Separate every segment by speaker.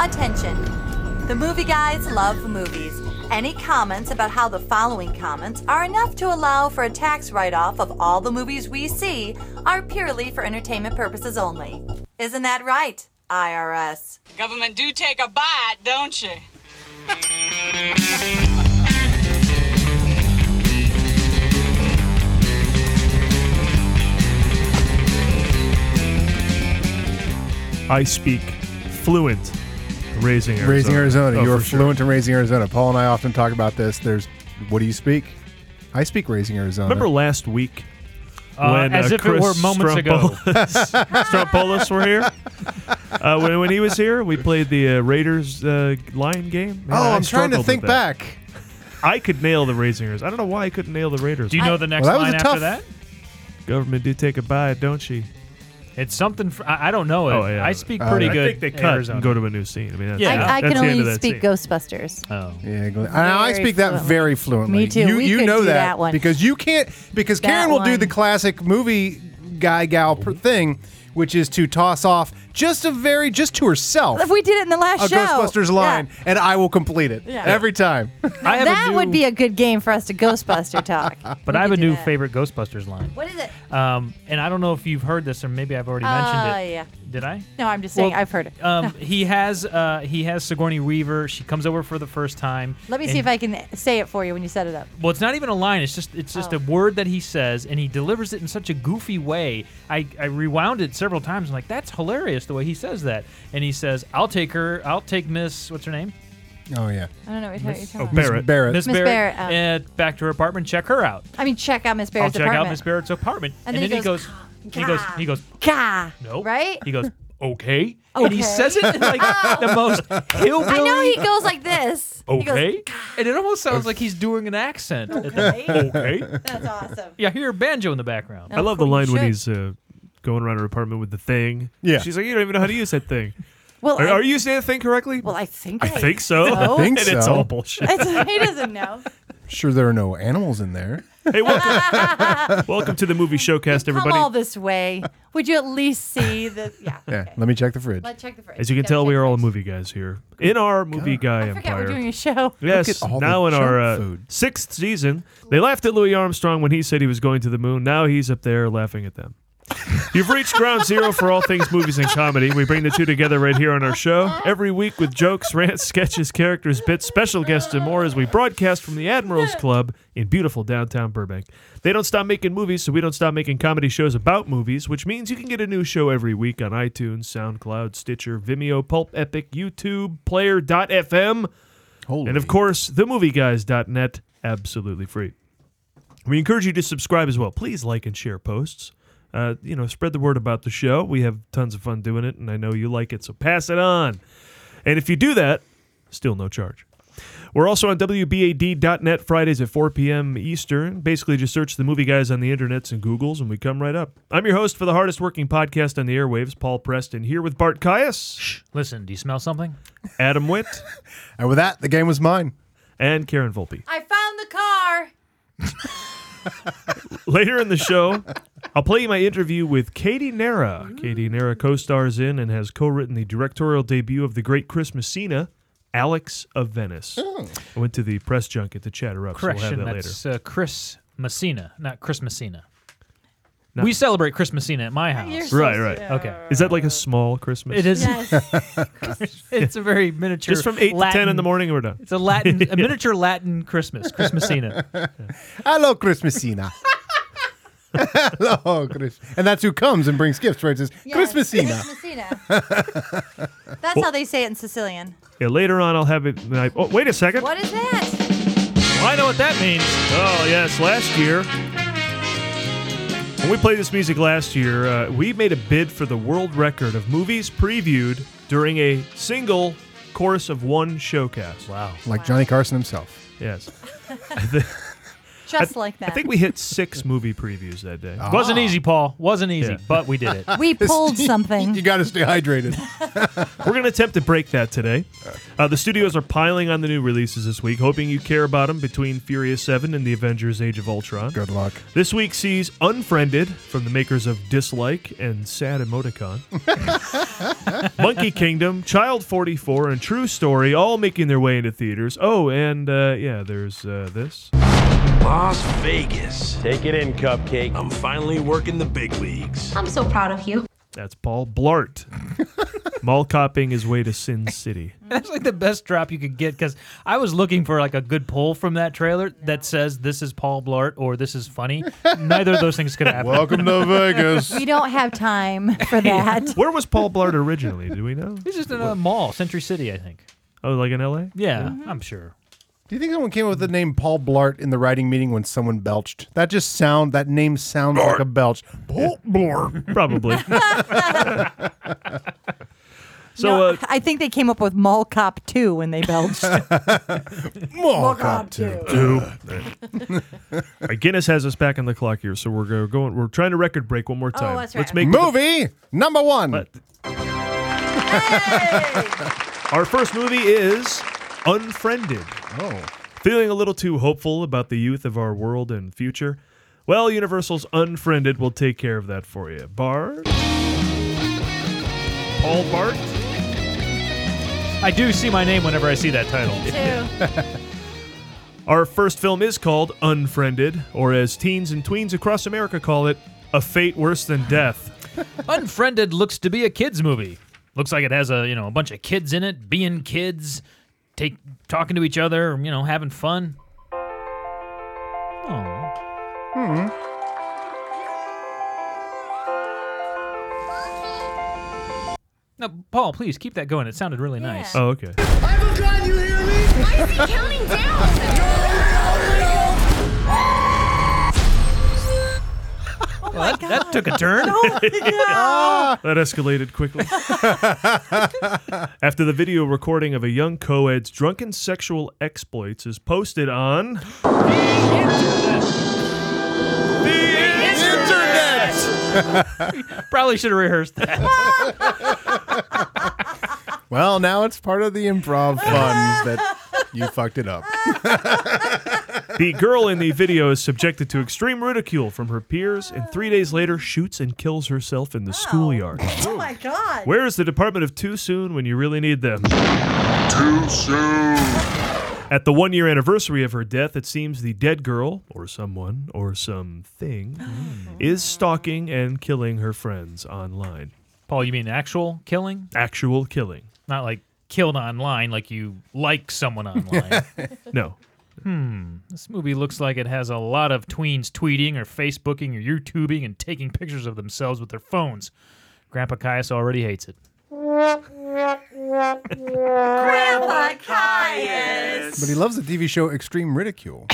Speaker 1: Attention! The movie guys love movies. Any comments about how the following comments are enough to allow for a tax write off of all the movies we see are purely for entertainment purposes only. Isn't that right, IRS?
Speaker 2: Government do take a bite, don't you?
Speaker 3: I speak fluent raising Arizona.
Speaker 4: Raising Arizona.
Speaker 3: Oh,
Speaker 4: you are
Speaker 3: for sure.
Speaker 4: fluent in Raising Arizona. Paul and I often talk about this. There's, what do you speak? I speak Raising Arizona.
Speaker 3: Remember last week
Speaker 5: Uh,
Speaker 3: when
Speaker 5: as
Speaker 3: uh,
Speaker 5: if it were moments ago.
Speaker 3: ago. Strampolis were here. Uh, when, when he was here, we played the uh, Raiders uh, Lion game. Man,
Speaker 4: oh,
Speaker 3: I
Speaker 4: I'm trying
Speaker 3: struggled
Speaker 4: to
Speaker 3: with
Speaker 4: think
Speaker 3: that.
Speaker 4: back.
Speaker 3: I could nail the Raising Arizona. I don't know why I couldn't nail the Raiders.
Speaker 5: Do you know the next
Speaker 4: Well, that was
Speaker 5: line
Speaker 4: a
Speaker 5: after
Speaker 4: tough-
Speaker 5: that?
Speaker 3: Government do take a bite, don't she?
Speaker 5: It's something. Fr- I, I don't know it.
Speaker 3: Oh, yeah.
Speaker 5: I speak
Speaker 4: Oh,
Speaker 5: pretty
Speaker 4: yeah.
Speaker 5: good.
Speaker 3: I think they cut
Speaker 5: Arizona.
Speaker 3: and go to a new scene. I mean, that's,
Speaker 5: Yeah.
Speaker 6: I, I can
Speaker 3: that's the end of
Speaker 6: only
Speaker 3: that
Speaker 6: speak
Speaker 3: scene.
Speaker 6: Ghostbusters.
Speaker 5: Oh.
Speaker 4: Yeah, Glenn- and I
Speaker 6: Very
Speaker 4: speak that
Speaker 6: fluently.
Speaker 4: very fluently.
Speaker 6: Me too.
Speaker 4: You,
Speaker 6: We
Speaker 4: you
Speaker 6: could
Speaker 4: know
Speaker 6: do
Speaker 4: that,
Speaker 6: that one.
Speaker 4: because you can't because
Speaker 6: That
Speaker 4: Karen will do
Speaker 6: one.
Speaker 4: the classic movie guy gal
Speaker 3: Oh.
Speaker 4: pr- thing, which is to toss off just a very just to herself
Speaker 6: If we did it in the last
Speaker 5: Oh,
Speaker 4: a
Speaker 6: show,
Speaker 4: Ghostbusters
Speaker 6: Yeah.
Speaker 4: line, and I will complete it
Speaker 6: Yeah.
Speaker 4: every time.
Speaker 5: I have
Speaker 6: that
Speaker 5: a new,
Speaker 6: would be a good game for us to Ghostbuster talk.
Speaker 5: But
Speaker 6: We
Speaker 5: I have a
Speaker 6: could do
Speaker 5: new
Speaker 6: that.
Speaker 5: favorite Ghostbusters line.
Speaker 6: What is it?
Speaker 5: Um, and I don't know if you've heard this, or maybe I've already mentioned
Speaker 6: Uh,
Speaker 5: it.
Speaker 6: yeah.
Speaker 5: Did I?
Speaker 6: No, I'm just saying
Speaker 5: Well,
Speaker 6: I've heard it.
Speaker 5: Um, he has uh, he has Sigourney Weaver. She comes over for the first time.
Speaker 6: Let me
Speaker 5: and-
Speaker 6: see if I can say it for you when you set it up.
Speaker 5: Well, it's not even a line. It's just it's just
Speaker 6: Oh.
Speaker 5: a word that he says, and he delivers it in such a goofy way. I, I rewound it several times. I'm like, that's hilarious the way he says that. And he says, "I'll take her. I'll take Miss what's her name,
Speaker 4: Oh yeah,
Speaker 6: I don't know what you're talking
Speaker 3: Oh,
Speaker 6: about.
Speaker 3: Barrett.
Speaker 4: Barrett.
Speaker 5: Miss
Speaker 6: Miss
Speaker 5: Barrett,
Speaker 6: Barrett,
Speaker 5: uh, back to her apartment. Check her out.
Speaker 6: I mean, check out Miss
Speaker 5: I'll
Speaker 6: Barrett's
Speaker 5: check
Speaker 6: apartment.
Speaker 5: out Miss Barrett's apartment.
Speaker 6: And then he goes,
Speaker 5: he goes he goes
Speaker 6: Gah.
Speaker 5: he goes no
Speaker 6: Right?
Speaker 5: He goes okay, and he
Speaker 6: Okay. Oh.
Speaker 5: says it in like the most hillbilly.
Speaker 6: I know he goes like this. He goes,
Speaker 5: okay, and it almost sounds like he's doing an accent. Okay. okay.
Speaker 6: That's awesome.
Speaker 5: Yeah, I hear a banjo in the background.
Speaker 3: I love the
Speaker 6: You
Speaker 3: line when
Speaker 6: should.
Speaker 3: he's uh, going around her apartment with the thing.
Speaker 4: Yeah.
Speaker 3: She's like, you don't even know how to use that thing.
Speaker 6: Well,
Speaker 3: Are,
Speaker 6: I,
Speaker 3: are you saying the thing correctly?
Speaker 6: Well, I think.
Speaker 3: I think so.
Speaker 6: I
Speaker 4: think
Speaker 3: and it's
Speaker 4: so.
Speaker 3: all bullshit.
Speaker 6: It's- he doesn't know.
Speaker 4: Sure, there are no animals in there.
Speaker 3: hey, welcome, welcome to the movie showcast,
Speaker 6: Come all
Speaker 3: everybody.
Speaker 6: this way. Would you at least see the? Yeah.
Speaker 4: Yeah, let me check the fridge.
Speaker 6: Let's check the fridge.
Speaker 3: As you can
Speaker 6: Gotta
Speaker 3: tell,
Speaker 6: check
Speaker 3: we
Speaker 6: the
Speaker 3: are all
Speaker 6: fridge.
Speaker 3: movie guys here in our movie guy
Speaker 6: I forgot
Speaker 3: empire.
Speaker 6: we're doing a show.
Speaker 3: Yes,
Speaker 4: at all
Speaker 3: now
Speaker 4: the
Speaker 3: in our
Speaker 4: junk
Speaker 3: uh,
Speaker 4: food.
Speaker 3: sixth season, they laughed at Louis Armstrong when he said he was going to the moon. Now he's up there laughing at them. You've reached ground zero for all things movies and comedy. We bring the two together right here on our show every week with jokes, rants, sketches, characters, bits, special guests, and more as we broadcast from the Admirals Club in beautiful downtown Burbank. They don't stop making movies, so we don't stop making comedy shows about movies, which means you can get a new show every week on iTunes, SoundCloud, Stitcher, Vimeo, Pulp Epic, YouTube, Player.fm.
Speaker 4: Holy.
Speaker 3: And of course, themovieguys.net, absolutely free. We encourage you to subscribe as well. Please like and share posts. Uh, you know, spread the word about the show. We have tons of fun doing it, and I know you like it, so pass it on. And if you do that, still no charge. We're also on WBAD.net Fridays at 4 p.m. Eastern. Basically, just search the movie guys on the internets and Googles, and we come right up. I'm your host for the hardest working podcast on the airwaves, Paul Preston, here with Bart Caius,
Speaker 5: Listen, do you smell something?
Speaker 3: Adam Witt,
Speaker 4: and with that, the game was mine.
Speaker 3: and Karen Volpe.
Speaker 6: I found the car.
Speaker 3: Later in the show, I'll play you my interview with Katie Nara. Katie Nara co stars in and has co written the directorial debut of the great Chris Messina, Alex of Venice. I went to the press junket to chatter up, so
Speaker 5: Correction,
Speaker 3: we'll have that later.
Speaker 5: that's uh, Chris Messina, not Chris Messina.
Speaker 3: Not-
Speaker 5: We celebrate Chris Messina at my house.
Speaker 6: You're so
Speaker 3: Right, right.
Speaker 5: okay.
Speaker 3: Is that like a small Christmas?
Speaker 5: It is.
Speaker 6: Yes.
Speaker 5: It's a very miniature.
Speaker 3: Just from 8
Speaker 5: Latin,
Speaker 3: to 10 in the morning, and we're done.
Speaker 5: It's a Latin, a miniature Latin Christmas, Chris Messina.
Speaker 4: Hello, Chris Messina. Hello, Chris. And that's who comes and brings gifts, right? It Says
Speaker 6: Yes.
Speaker 4: Chris Messina.
Speaker 6: Christmasina. That's how they say it in Sicilian.
Speaker 3: Yeah, later on, I'll have it. I, oh, wait a second.
Speaker 6: What is that?
Speaker 5: Well, I know what that means.
Speaker 3: Oh, yes, last year. When we played this music last year, uh, we made a bid for the world record of movies previewed during a single course of one showcast.
Speaker 5: Wow.
Speaker 4: Like Johnny Carson himself.
Speaker 3: Yes.
Speaker 6: Just like that.
Speaker 3: I think we hit six movie previews that day.
Speaker 5: Wasn't easy, Paul. Wasn't easy,
Speaker 3: Yeah.
Speaker 5: but we did it.
Speaker 6: we pulled something.
Speaker 4: you got to stay hydrated.
Speaker 3: We're going to attempt to break that today. Uh, the studios are piling on the new releases this week, hoping you care about them between Furious 7 and the Avengers Age of Ultron.
Speaker 4: Good luck.
Speaker 3: This week sees Unfriended from the makers of Dislike and Sad Emoticon. Monkey Kingdom, Child 44, and True Story all making their way into theaters. Oh, and uh, yeah, there's uh, this.
Speaker 7: Las Vegas.
Speaker 8: Take it in, Cupcake.
Speaker 7: I'm finally working the big leagues.
Speaker 9: I'm so proud of you.
Speaker 3: That's Paul Blart. Mall copping his way to Sin City.
Speaker 5: That's like the best drop you could get because I was looking for like a good pull from that trailer that says this is Paul Blart or this is funny. Neither of those things could happen.
Speaker 4: Welcome to Vegas.
Speaker 6: we don't have time for that.
Speaker 3: Where was Paul Blart originally? Do we know?
Speaker 5: It's just in a mall, Century City, I think.
Speaker 3: Oh, like in LA?
Speaker 5: Yeah,
Speaker 6: Mm-hmm.
Speaker 5: I'm sure.
Speaker 4: Do you think someone came up with the name Paul Blart in the writing meeting when someone belched? That just sound that name sounds like a belch. Paul Blart.
Speaker 3: Probably. so,
Speaker 6: No,
Speaker 3: uh,
Speaker 6: I think they came up with Mall Cop 2 when they belched.
Speaker 4: Mall cop too.
Speaker 3: All right, Guinness has us back on the clock here, so we're go- going. We're trying to record break one more time.
Speaker 6: Oh, that's right.
Speaker 3: Let's make
Speaker 4: Movie number one.
Speaker 3: What? our first movie is Unfriended.
Speaker 4: Oh,
Speaker 3: Feeling a little too hopeful about the youth of our world and future? Well, Universal's Unfriended will take care of that for you. Bart, Paul Bart.
Speaker 5: I do see my name whenever I see that title.
Speaker 3: Our first film is called Unfriended, or as teens and tweens across America call it, A Fate Worse Than Death.
Speaker 5: Unfriended looks to be a kids movie. Looks like it has a you know a bunch of kids in it, being kids, take talking to each other, you know, having fun. Oh, hmm. Now, Paul, please keep that going. It sounded really nice.
Speaker 3: Oh, okay.
Speaker 9: Why is he counting down?
Speaker 6: Oh
Speaker 5: That, that took a turn.
Speaker 3: That escalated quickly. After the video recording of a young co ed's drunken sexual exploits is posted on. The internet!
Speaker 5: Probably should have rehearsed that.
Speaker 4: well, now it's part of the improv fun that you fucked it up.
Speaker 3: The girl in the video is subjected to extreme ridicule from her peers and three days later shoots and kills herself in the schoolyard.
Speaker 1: Oh my god.
Speaker 3: Where is the Department of Too Soon when you really need them? Too soon. At the one year anniversary of her death, it seems the dead girl, or someone, or something, is stalking and killing her friends online.
Speaker 5: Paul, you mean actual killing?
Speaker 3: Actual killing.
Speaker 5: Not like killed online, like you like someone online.
Speaker 3: No.
Speaker 5: This movie looks like it has a lot of tweens tweeting or Facebooking or YouTubing and taking pictures of themselves with their phones. Grandpa Caius already hates it.
Speaker 1: Grandpa Caius.
Speaker 4: But he loves the TV show Extreme Ridicule.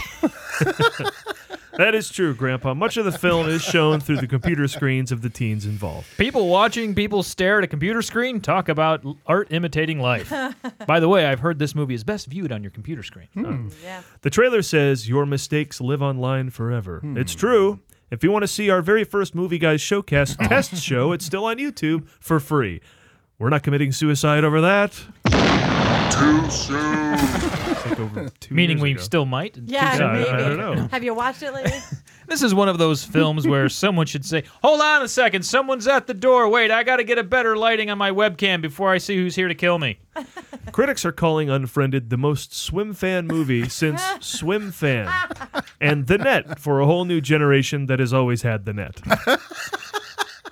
Speaker 3: That is true, Grandpa. Much of the film is shown through the computer screens of the teens involved.
Speaker 5: People watching people stare at a computer screen talk about l- art imitating life. By the way, I've heard this movie is best viewed on your computer screen.
Speaker 3: Hmm, The trailer says, Your mistakes live online forever.
Speaker 5: Hmm.
Speaker 3: It's true. If you want to see our very first Movie Guys
Speaker 5: Oh.
Speaker 3: Showcast test show, it's still on YouTube for free. We're not committing suicide over that. Too soon. it's like over two
Speaker 5: Meaning
Speaker 3: years
Speaker 5: we
Speaker 3: ago.
Speaker 5: still might.
Speaker 6: Yeah,
Speaker 3: Yeah, I,
Speaker 6: maybe.
Speaker 3: I don't know.
Speaker 6: Have you watched it lately?
Speaker 5: This is one of those films where someone should say, Hold on a second, someone's at the door. Wait, I got to get a better lighting on my webcam before I see who's here to kill me.
Speaker 3: Critics are calling Unfriended the most swim fan movie since Swim Fan and The Net for a whole new generation that has always had The Net.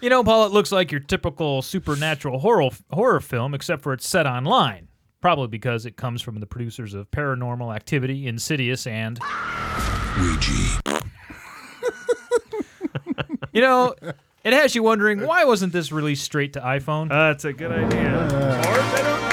Speaker 5: You know, Paul, it looks like your typical supernatural horror horror film, except for it's set online. Probably because it comes from the producers of Paranormal Activity, Insidious, and
Speaker 7: Ouija.
Speaker 5: you know, it has you wondering why wasn't this released straight to iPhone?
Speaker 3: Uh, that's a good idea. Or I don't know.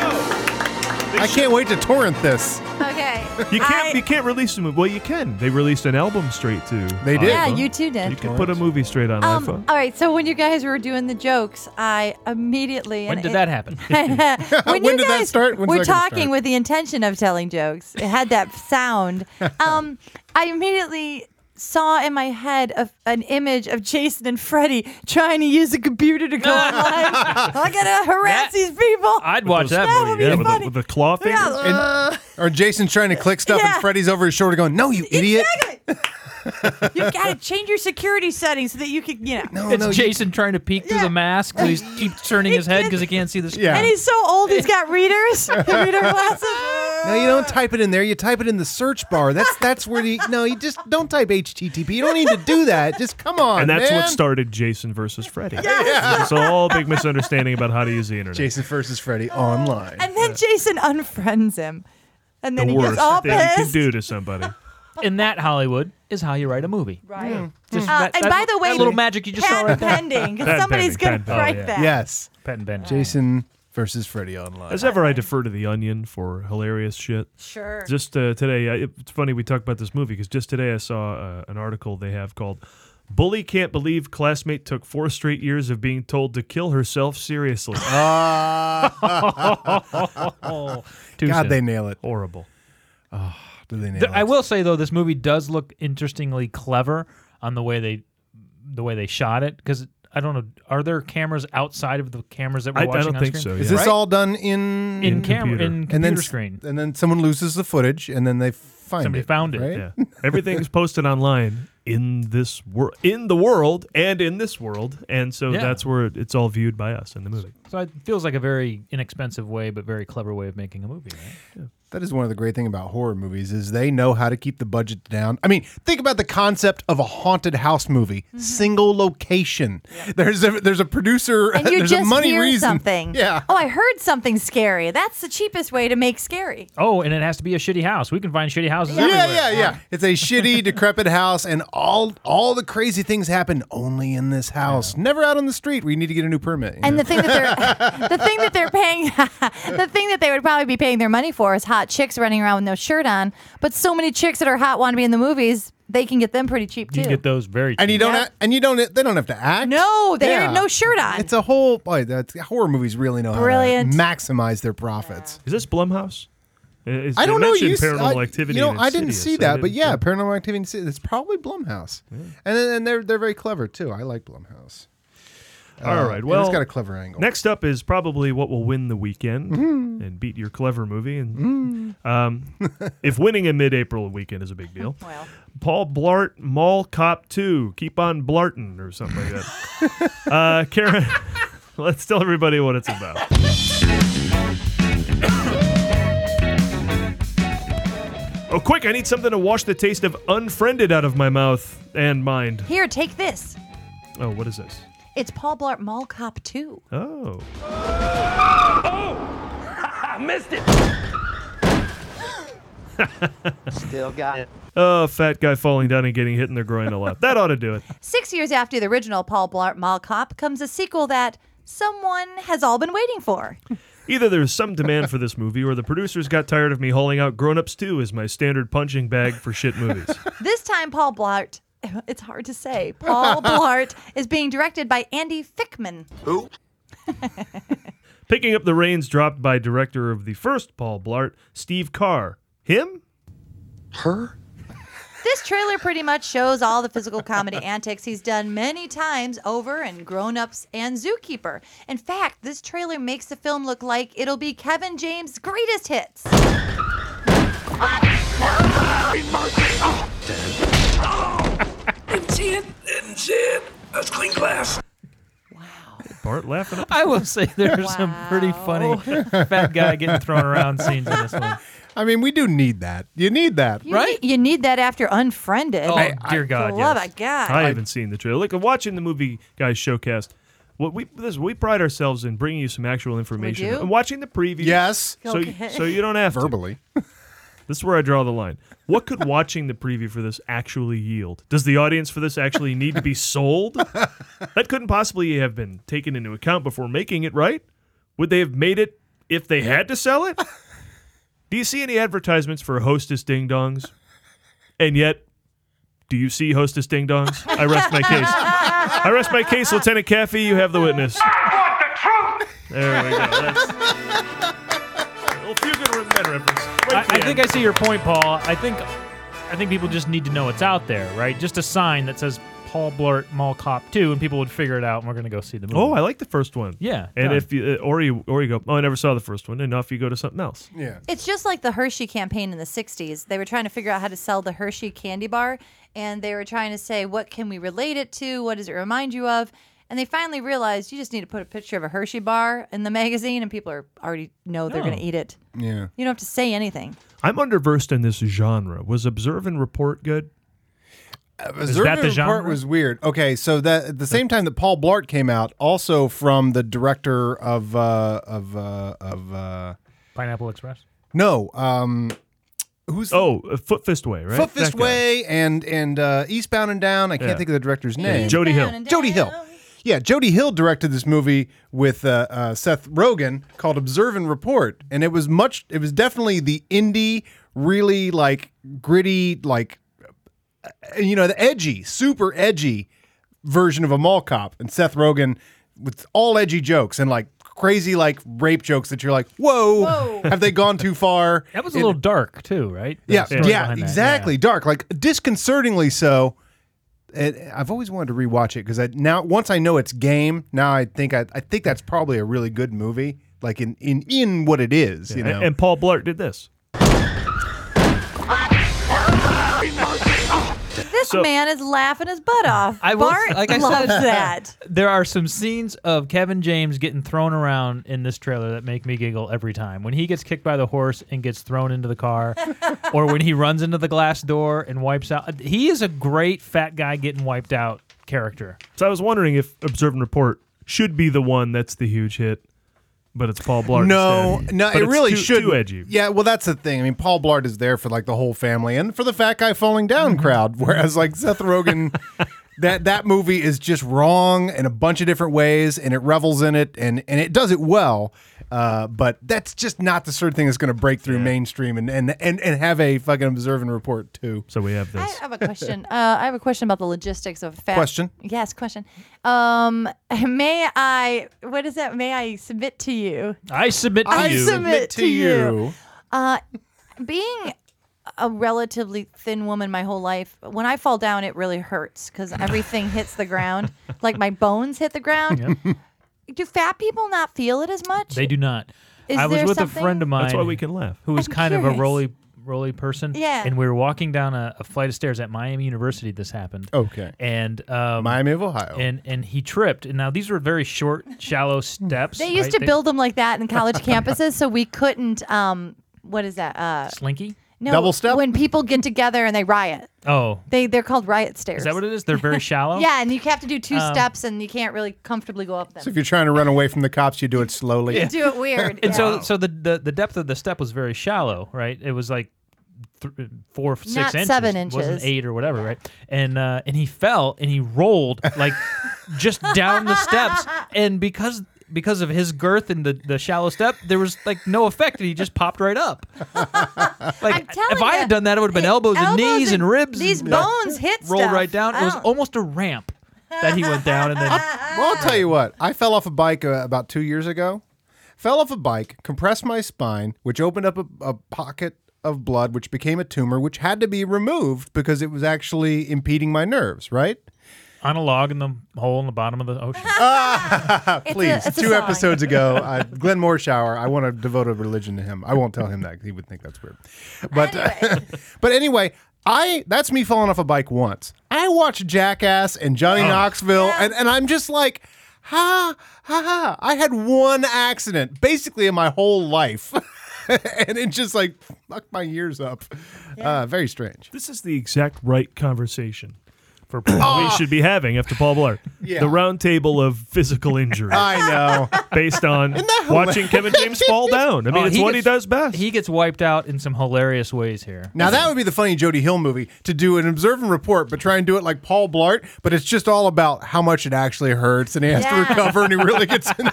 Speaker 4: I can't wait to torrent this.
Speaker 6: okay.
Speaker 3: You can't.
Speaker 6: I-
Speaker 3: you can't release a movie. Well, you can. They released an album straight to.
Speaker 4: They did.
Speaker 6: Yeah,
Speaker 3: iPhone.
Speaker 6: you two did.
Speaker 3: You can put a movie straight on
Speaker 6: Um,
Speaker 3: iPhone.
Speaker 6: all right, so when you guys were doing the jokes, I immediately
Speaker 5: when
Speaker 6: and
Speaker 5: did
Speaker 6: it-
Speaker 5: that happen?
Speaker 6: when,
Speaker 4: When
Speaker 6: you
Speaker 4: did that
Speaker 6: guys
Speaker 4: start? When's
Speaker 6: we're
Speaker 4: that gonna
Speaker 6: talking
Speaker 4: start?
Speaker 6: with the intention of telling jokes. It had that sound. Um, I immediately saw in my head of an image of Jason and Freddy trying to use a computer to go online. I gotta harass
Speaker 5: That-
Speaker 6: these people.
Speaker 5: I'd watch that,
Speaker 6: That would
Speaker 5: movie.
Speaker 6: be
Speaker 5: yeah.
Speaker 3: with,
Speaker 6: funny.
Speaker 3: the, with the claw thing.
Speaker 6: Yeah,
Speaker 4: And- or Jason's trying to click stuff,
Speaker 6: Yeah.
Speaker 4: and Freddy's over his shoulder going, "No, you idiot!
Speaker 6: Exactly. you gotta change your security settings so that you can, you know.
Speaker 4: No,
Speaker 5: It's
Speaker 4: no, you-
Speaker 5: Jason trying to peek through
Speaker 6: Yeah.
Speaker 5: the mask, so he keeps turning his head because he can't see the screen.
Speaker 4: Yeah.
Speaker 6: And he's so old, he's got readers, reader glasses.
Speaker 4: No, you don't type it in there. You type it in the search bar. That's that's where the no. You just don't type HTTP. You don't need to do that. Just come on.
Speaker 3: And that's
Speaker 4: man.
Speaker 3: what started Jason versus Freddy. It's all a big misunderstanding about how to use the internet.
Speaker 4: Jason versus Freddy online.
Speaker 6: And then Jason unfriends him. And then
Speaker 3: the
Speaker 6: he
Speaker 3: worst
Speaker 6: gets all
Speaker 3: thing you can
Speaker 6: pissed.
Speaker 3: do to somebody.
Speaker 5: And that Hollywood is how you write a movie.
Speaker 6: Right.
Speaker 5: Just
Speaker 6: Uh,
Speaker 5: that,
Speaker 6: and
Speaker 5: that-
Speaker 6: by the way,
Speaker 5: that little magic you just saw.
Speaker 6: Patent
Speaker 5: Right there.
Speaker 6: pending. 'cause
Speaker 3: Patent
Speaker 6: somebody's going
Speaker 3: pending,
Speaker 6: to
Speaker 3: patent
Speaker 6: write
Speaker 4: Oh,
Speaker 5: pending.
Speaker 6: that.
Speaker 4: yes,
Speaker 5: Patent pending.
Speaker 4: Jason versus Freddy online.
Speaker 3: As ever, I defer to The Onion for hilarious shit.
Speaker 6: Sure.
Speaker 3: Just uh, today, uh, it- it's funny we talk about this movie because just today I saw uh, an article they have called Bully Can't Believe Classmate Took Four Straight Years of Being Told to Kill Herself Seriously.
Speaker 5: Oh, too
Speaker 4: Ah. God,
Speaker 5: soon.
Speaker 4: they nail it.
Speaker 3: Horrible.
Speaker 4: Do they nail
Speaker 5: Th-
Speaker 4: it?
Speaker 5: I will say though, this movie does look interestingly clever on the way they, the way they shot it. Because I don't know, are there cameras outside of the cameras that we're
Speaker 3: I, I
Speaker 5: watching
Speaker 3: don't
Speaker 5: on
Speaker 3: think
Speaker 5: screen?
Speaker 3: so.
Speaker 4: Is
Speaker 3: yeah.
Speaker 4: this all done in
Speaker 5: In,
Speaker 3: In
Speaker 5: camera,
Speaker 3: computer.
Speaker 5: in computer
Speaker 4: and then s-
Speaker 5: screen.
Speaker 4: And then someone loses the footage, and then they find
Speaker 5: Somebody
Speaker 4: it,
Speaker 5: found it,
Speaker 4: Right?
Speaker 3: Yeah. Everything's posted online in this world, in the world, and in this world, and so
Speaker 5: Yeah.
Speaker 3: that's where it- it's all viewed by us in the movie.
Speaker 5: So it feels like a very inexpensive way, but very clever way of making a movie. Right?
Speaker 4: That is one of the great things about horror movies is they know how to keep the budget down. I mean, think about the concept of a haunted house movie,
Speaker 6: Mm-hmm.
Speaker 4: single location. There's a there's a producer,
Speaker 6: and you
Speaker 4: there's
Speaker 6: just
Speaker 4: a money
Speaker 6: hear
Speaker 4: reason.
Speaker 6: something.
Speaker 4: Yeah.
Speaker 6: Oh, I heard something scary. That's the cheapest way to make scary.
Speaker 5: Oh, and it has to be a shitty house. We can find shitty houses
Speaker 4: Yeah,
Speaker 5: everywhere.
Speaker 4: yeah, yeah. It's a shitty, decrepit house, and all all the crazy things happen only in this house. Never out on the street. We need to get a new permit. you
Speaker 6: And
Speaker 4: know?
Speaker 6: the thing that they're the thing that they're paying the thing that they would probably be paying their money for is hot chicks running around with no shirt on. But so many chicks that are hot want to be in the movies, they can get them pretty cheap too.
Speaker 5: You can get those very.
Speaker 4: and you
Speaker 5: cheap.
Speaker 4: don't
Speaker 6: Yeah.
Speaker 4: act- and you don't they don't have to act.
Speaker 6: no, they
Speaker 4: Yeah.
Speaker 6: have no shirt on.
Speaker 4: It's a whole boy. That's, horror movies really know
Speaker 6: Brilliant.
Speaker 4: how to maximize their profits.
Speaker 3: Is this Blumhouse? I- is-
Speaker 4: I
Speaker 3: they
Speaker 4: don't know.
Speaker 3: mentioned
Speaker 4: You s-
Speaker 3: paranormal
Speaker 4: I-
Speaker 3: activity.
Speaker 4: You know,
Speaker 3: and
Speaker 4: I didn't
Speaker 3: Insidious.
Speaker 4: see
Speaker 3: I
Speaker 4: that, but
Speaker 3: didn't-
Speaker 4: yeah, paranormal activity. and Insidious- It's probably Blumhouse, and and they're they're very clever too. I like Blumhouse. Uh,
Speaker 3: All right. Well,
Speaker 4: it's got a clever angle. Mm-hmm.
Speaker 3: Next up is probably what will win the weekend and beat your clever movie. And um, if winning a mid-April weekend is a big deal,
Speaker 6: well,
Speaker 3: Paul Blart Mall Cop Two, keep on blartin' or something like that. uh, Karen, let's tell everybody what it's about. Oh, quick! I need something to wash the taste of unfriended out of my mouth and mind.
Speaker 6: here, take this.
Speaker 3: Oh, what is this?
Speaker 6: It's Paul Blart Mall Cop 2.
Speaker 3: Oh.
Speaker 8: Still got it.
Speaker 3: Oh, fat guy falling down and getting hit in the groin a lot. That ought to do it.
Speaker 6: Six years after the original Paul Blart Mall Cop comes a sequel that someone has all been waiting for.
Speaker 3: Either there's some demand for this movie, or the producers got tired of me hauling out Grown Ups 2 as my standard punching bag for shit movies.
Speaker 6: this time, Paul Blart. It's hard to say. Paul Blart is being directed by Andy Fickman.
Speaker 3: Picking up the reins dropped by director of the first Paul Blart, Steve Carr. Him?
Speaker 6: This trailer pretty much shows all the physical comedy antics he's done many times over in Grown Ups and Zookeeper. In fact, this trailer makes the film look like it'll be Kevin James' greatest hits.
Speaker 7: That's clean glass.
Speaker 3: Bart laughing up.
Speaker 5: I will say there are some pretty funny fat guy getting thrown around scenes in this one.
Speaker 4: I mean, we do need that. You need that.
Speaker 6: You
Speaker 5: Right?
Speaker 6: Need, you need that after Unfriended.
Speaker 5: Oh dear God!
Speaker 6: For love
Speaker 5: yes.
Speaker 6: of God.
Speaker 3: I haven't seen the trailer. Look, watching the movie guys showcast. What we this we pride ourselves in bringing you some actual information.
Speaker 6: do?
Speaker 3: And watching the preview.
Speaker 4: Yes,
Speaker 3: So,
Speaker 6: Okay.
Speaker 3: so you don't have to.
Speaker 4: verbally.
Speaker 3: This is where I draw the line. What could watching the preview for this actually yield? Does the audience for this actually need to be sold? That couldn't possibly have been taken into account before making it, right? Would they have made it if they had to sell it? Do you see any advertisements for Hostess Ding Dongs? And yet, do you see Hostess Ding Dongs? I rest my case. I rest my case, Lieutenant Caffey. You have the witness. There we go. That's... Well, if you can remember, reference.
Speaker 5: I, I think I see your point, Paul. I think I I think people just need to know it's out there, right? Just a sign that says Paul Blart Mall Cop 2, and people would figure it out, and we're going to go see the movie.
Speaker 3: Oh, I like the first one.
Speaker 5: Yeah,
Speaker 3: And
Speaker 5: done.
Speaker 3: if you, uh, or you, or you go, oh, I never saw the first one. Enough, you go to something else.
Speaker 4: Yeah.
Speaker 6: It's just like the Hershey campaign in the 60s. They were trying to figure out how to sell the Hershey candy bar, and they were trying to say, what can we relate it to? What does it remind you of? And they finally realized you just need to put a picture of a Hershey bar in the magazine, and people are already know they're going to eat it.
Speaker 4: Yeah.
Speaker 6: You don't have to say anything.
Speaker 3: I'm underversed in this genre. Was observe and report good?
Speaker 4: Observe
Speaker 5: that
Speaker 4: and
Speaker 5: the
Speaker 4: Report
Speaker 5: genre?
Speaker 4: was weird. Okay, so that at the same time that Paul Blart came out, also from the director of uh of uh of uh
Speaker 5: Pineapple Express.
Speaker 4: no, um who's the-
Speaker 3: Oh, uh, Foot Fist Way, right?
Speaker 4: Foot Fist
Speaker 3: That guy.
Speaker 4: Way and and uh Eastbound and Down. I can't
Speaker 3: Yeah.
Speaker 4: think of the director's name.
Speaker 3: Jody Hill.
Speaker 4: Jody Hill. Yeah, Jody Hill directed this movie with uh, uh, Seth Rogen called Observe and Report, and it was much. It was definitely the indie, really like gritty, like uh, you know, the edgy, super edgy version of a mall cop, and Seth Rogen with all edgy jokes and like crazy like rape jokes that you're like, whoa, have they gone too far?
Speaker 5: That was a
Speaker 4: It-
Speaker 5: little dark, too, right? The
Speaker 4: yeah,
Speaker 5: story
Speaker 4: yeah,
Speaker 5: behind that,
Speaker 4: exactly. Dark, like disconcertingly so. It, I've always wanted to rewatch it because I now once I know it's game. Now I think I, I think that's probably a really good movie, like in in in what it is, you know.
Speaker 3: And, and Paul Blart did this.
Speaker 6: This
Speaker 3: So-
Speaker 6: man is laughing his butt off.
Speaker 5: I will-
Speaker 6: Bart
Speaker 5: like I said-
Speaker 6: loves that.
Speaker 5: There are some scenes of Kevin James getting thrown around in this trailer that make me giggle every time. When he gets kicked by the horse and gets thrown into the car, or when he runs into the glass door and wipes out. He is a great fat guy getting wiped out character.
Speaker 3: So I was wondering if observe and report should be the one that's the huge hit, but it's Paul Blart.
Speaker 4: no,
Speaker 3: instead.
Speaker 4: no,
Speaker 3: But
Speaker 4: it
Speaker 3: it's
Speaker 4: really
Speaker 3: too-
Speaker 4: should.
Speaker 3: Too edgy.
Speaker 4: Yeah, well, that's the thing. I mean, Paul Blart is there for like the whole family and for the fat guy falling down crowd, whereas like Seth Rogen, that that movie is just wrong in a bunch of different ways, and it revels in it, and and it does it well. Uh, but that's just not the sort of thing that's going to break through mainstream and, and and and have a fucking observe and report too.
Speaker 3: So we have
Speaker 6: I
Speaker 3: this.
Speaker 6: have a question. Uh, I have a question about the logistics of a fat
Speaker 4: Question?
Speaker 6: Yes, question. Um, may I? What is that? May I submit to you?
Speaker 5: I submit to
Speaker 6: I
Speaker 5: you.
Speaker 6: sub- submit to you. Uh, being a relatively thin woman my whole life, when I fall down, it really hurts because everything hits the ground. Like my bones hit the ground. Do fat people not feel it as much?
Speaker 5: They do not.
Speaker 6: Is
Speaker 5: I was
Speaker 6: there
Speaker 5: with
Speaker 6: something-
Speaker 5: a friend of mine.
Speaker 3: That's why we can laugh.
Speaker 5: who was
Speaker 6: I'm
Speaker 5: kind of a
Speaker 6: curious.
Speaker 5: roly roly person.
Speaker 6: Yeah.
Speaker 5: And we were walking down a, a flight of stairs at Miami University. This happened.
Speaker 3: Oh.
Speaker 4: Okay.
Speaker 5: And um,
Speaker 4: Miami of Ohio.
Speaker 5: And and he tripped. And now these were very short, shallow steps.
Speaker 6: They used
Speaker 5: right?
Speaker 6: to build them like that in college campuses, so we couldn't. Um, what is that? Uh,
Speaker 5: slinky.
Speaker 6: no,
Speaker 4: Double step?
Speaker 6: When people get together and they riot,
Speaker 5: Oh,
Speaker 6: they they're called riot stairs.
Speaker 5: is that what Um, it is? They're very shallow.
Speaker 6: Yeah, and you have to do two steps, and you can't really comfortably go up them.
Speaker 4: so if you're trying to run away from the cops, you do it slowly.
Speaker 6: You do it weird. yeah.
Speaker 5: And so so the, the the depth of the step was very shallow, right? It was like. Th- four, six
Speaker 6: Not
Speaker 5: inches.
Speaker 6: seven
Speaker 5: It wasn't
Speaker 6: inches.
Speaker 5: eight or whatever, right? And uh, and he fell and he rolled like just down the steps. And because because of his girth and the, the shallow step, there was like no effect, and he just popped right up.
Speaker 6: I'm
Speaker 5: like
Speaker 6: telling
Speaker 5: if I
Speaker 6: ya,
Speaker 5: had done that, it would have been
Speaker 6: it-
Speaker 5: elbows, and
Speaker 6: elbows
Speaker 5: knees and,
Speaker 6: and-
Speaker 5: ribs.
Speaker 6: these
Speaker 5: and,
Speaker 6: bones hit
Speaker 5: rolled
Speaker 6: stuff.
Speaker 5: right down. It was
Speaker 6: Oh.
Speaker 5: almost a ramp that he went down, and then
Speaker 4: Well, I'll tell you what. I fell off a bike uh, about two years ago. Fell off a bike, compressed my spine, which opened up a, a pocket of blood, which became a tumor, which had to be removed because it was actually impeding my nerves. Right?
Speaker 5: on a log in the hole in the bottom of the ocean.
Speaker 6: It's a-
Speaker 4: Please.
Speaker 6: it's a
Speaker 4: two
Speaker 6: song.
Speaker 4: episodes ago, I, Glenn Morshower. I want to devote a religion to him. I won't tell him that 'cause he would think that's weird. But but anyway. I that's me falling off a bike once. I watched Jackass and Johnny Knoxville, and, and I'm just like, ha ha ha. I had one accident basically in my whole life, and it just like fucked my years up. Uh, very strange.
Speaker 3: This is the exact right conversation for we should be having after Paul Blart.
Speaker 4: Ah. Yeah. Ah,
Speaker 3: The round table of physical injury
Speaker 4: I know.
Speaker 3: based on watching Kevin James fall down. I mean,
Speaker 5: Oh,
Speaker 3: it's what he
Speaker 5: gets-
Speaker 3: does best.
Speaker 5: He gets wiped out in some hilarious ways here.
Speaker 4: Now that would be the funny Jody Hill movie to do an observe and report, but try and do it like Paul Blart. But it's just all about how much it actually hurts, and he has to
Speaker 6: Yeah.
Speaker 4: recover, and he really gets. In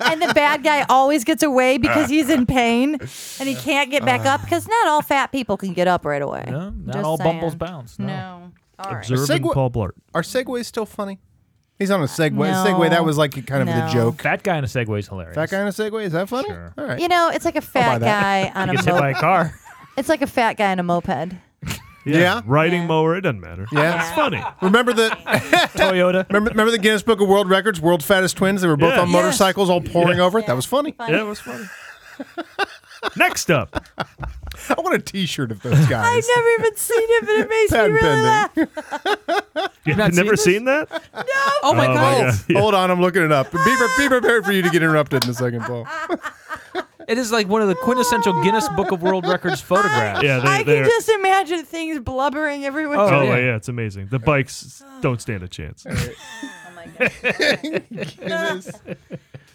Speaker 6: and the bad guy always gets away because he's in pain and he can't get back up because not all fat people can get up right away.
Speaker 5: Uh. No, not
Speaker 6: Just
Speaker 5: all
Speaker 6: saying.
Speaker 5: bumbles bounce. No.
Speaker 6: No. All right.
Speaker 3: Observe and
Speaker 4: Segway-
Speaker 3: Paul Blart.
Speaker 4: Are segways still funny? He's on a Segway.
Speaker 6: No.
Speaker 4: Segway that was like kind of
Speaker 6: No.
Speaker 4: the joke.
Speaker 5: Fat guy in a Segway is hilarious.
Speaker 4: That kind of Segway is that funny?
Speaker 5: Sure.
Speaker 4: All right.
Speaker 6: You know, it's like a fat
Speaker 4: that.
Speaker 6: guy on a
Speaker 5: gets hit by
Speaker 6: moped.
Speaker 5: a car.
Speaker 6: It's like a fat guy on a moped.
Speaker 4: Yeah?
Speaker 3: Riding mower, it doesn't matter.
Speaker 4: Yeah.
Speaker 3: It's funny.
Speaker 4: Remember the
Speaker 5: Toyota.
Speaker 4: remember, remember the Guinness Book of World Records, world fattest twins. They were both
Speaker 3: Yeah.
Speaker 4: on
Speaker 3: Yes.
Speaker 4: motorcycles, all pouring over it. That was funny.
Speaker 3: Yeah, it was funny. Next up,
Speaker 4: I want a T-shirt of those guys.
Speaker 6: Never even seen it, but it makes me
Speaker 4: Patent
Speaker 6: really
Speaker 4: pending.
Speaker 6: laugh.
Speaker 3: you've
Speaker 5: not seen
Speaker 3: never
Speaker 5: this?
Speaker 3: seen that?
Speaker 5: Oh my god.
Speaker 4: Hold on, I'm looking it up. Be, pre- be prepared for you to get interrupted in a second, Paul.
Speaker 5: It is like one of the quintessential Guinness Book of World Records photographs.
Speaker 3: Yeah, they,
Speaker 6: I
Speaker 3: they're.
Speaker 6: can just imagine things blubbering everywhere.
Speaker 5: Oh,
Speaker 3: oh
Speaker 5: yeah.
Speaker 3: yeah. it's amazing. The bikes don't stand a chance.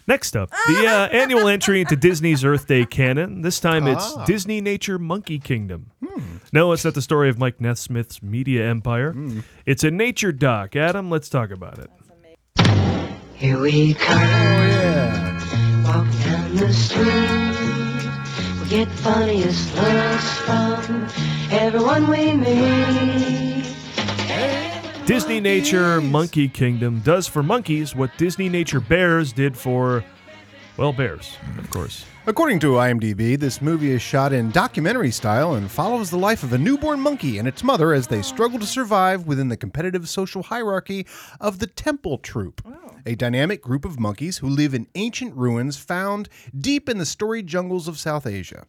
Speaker 3: Next up, the uh, annual entry into Disney's Earth Day canon. This time it's Disney Nature Monkey Kingdom. No, it's not the story of Mike Nesmith's media empire. It's a nature doc. Adam, let's talk about it.
Speaker 8: Here we come,
Speaker 4: Yeah.
Speaker 8: walk down the street. We get funniest looks from everyone we meet.
Speaker 3: Disney Nature Monkey Kingdom does for monkeys what Disney Nature Bears did for, well, bears, of course.
Speaker 4: According to IMDb, this movie is shot in documentary style and follows the life of a newborn monkey and its mother as they struggle to survive within the competitive social hierarchy of the Temple Troop,
Speaker 3: Oh.
Speaker 4: a dynamic group of monkeys who live in ancient ruins found deep in the storied jungles of South Asia.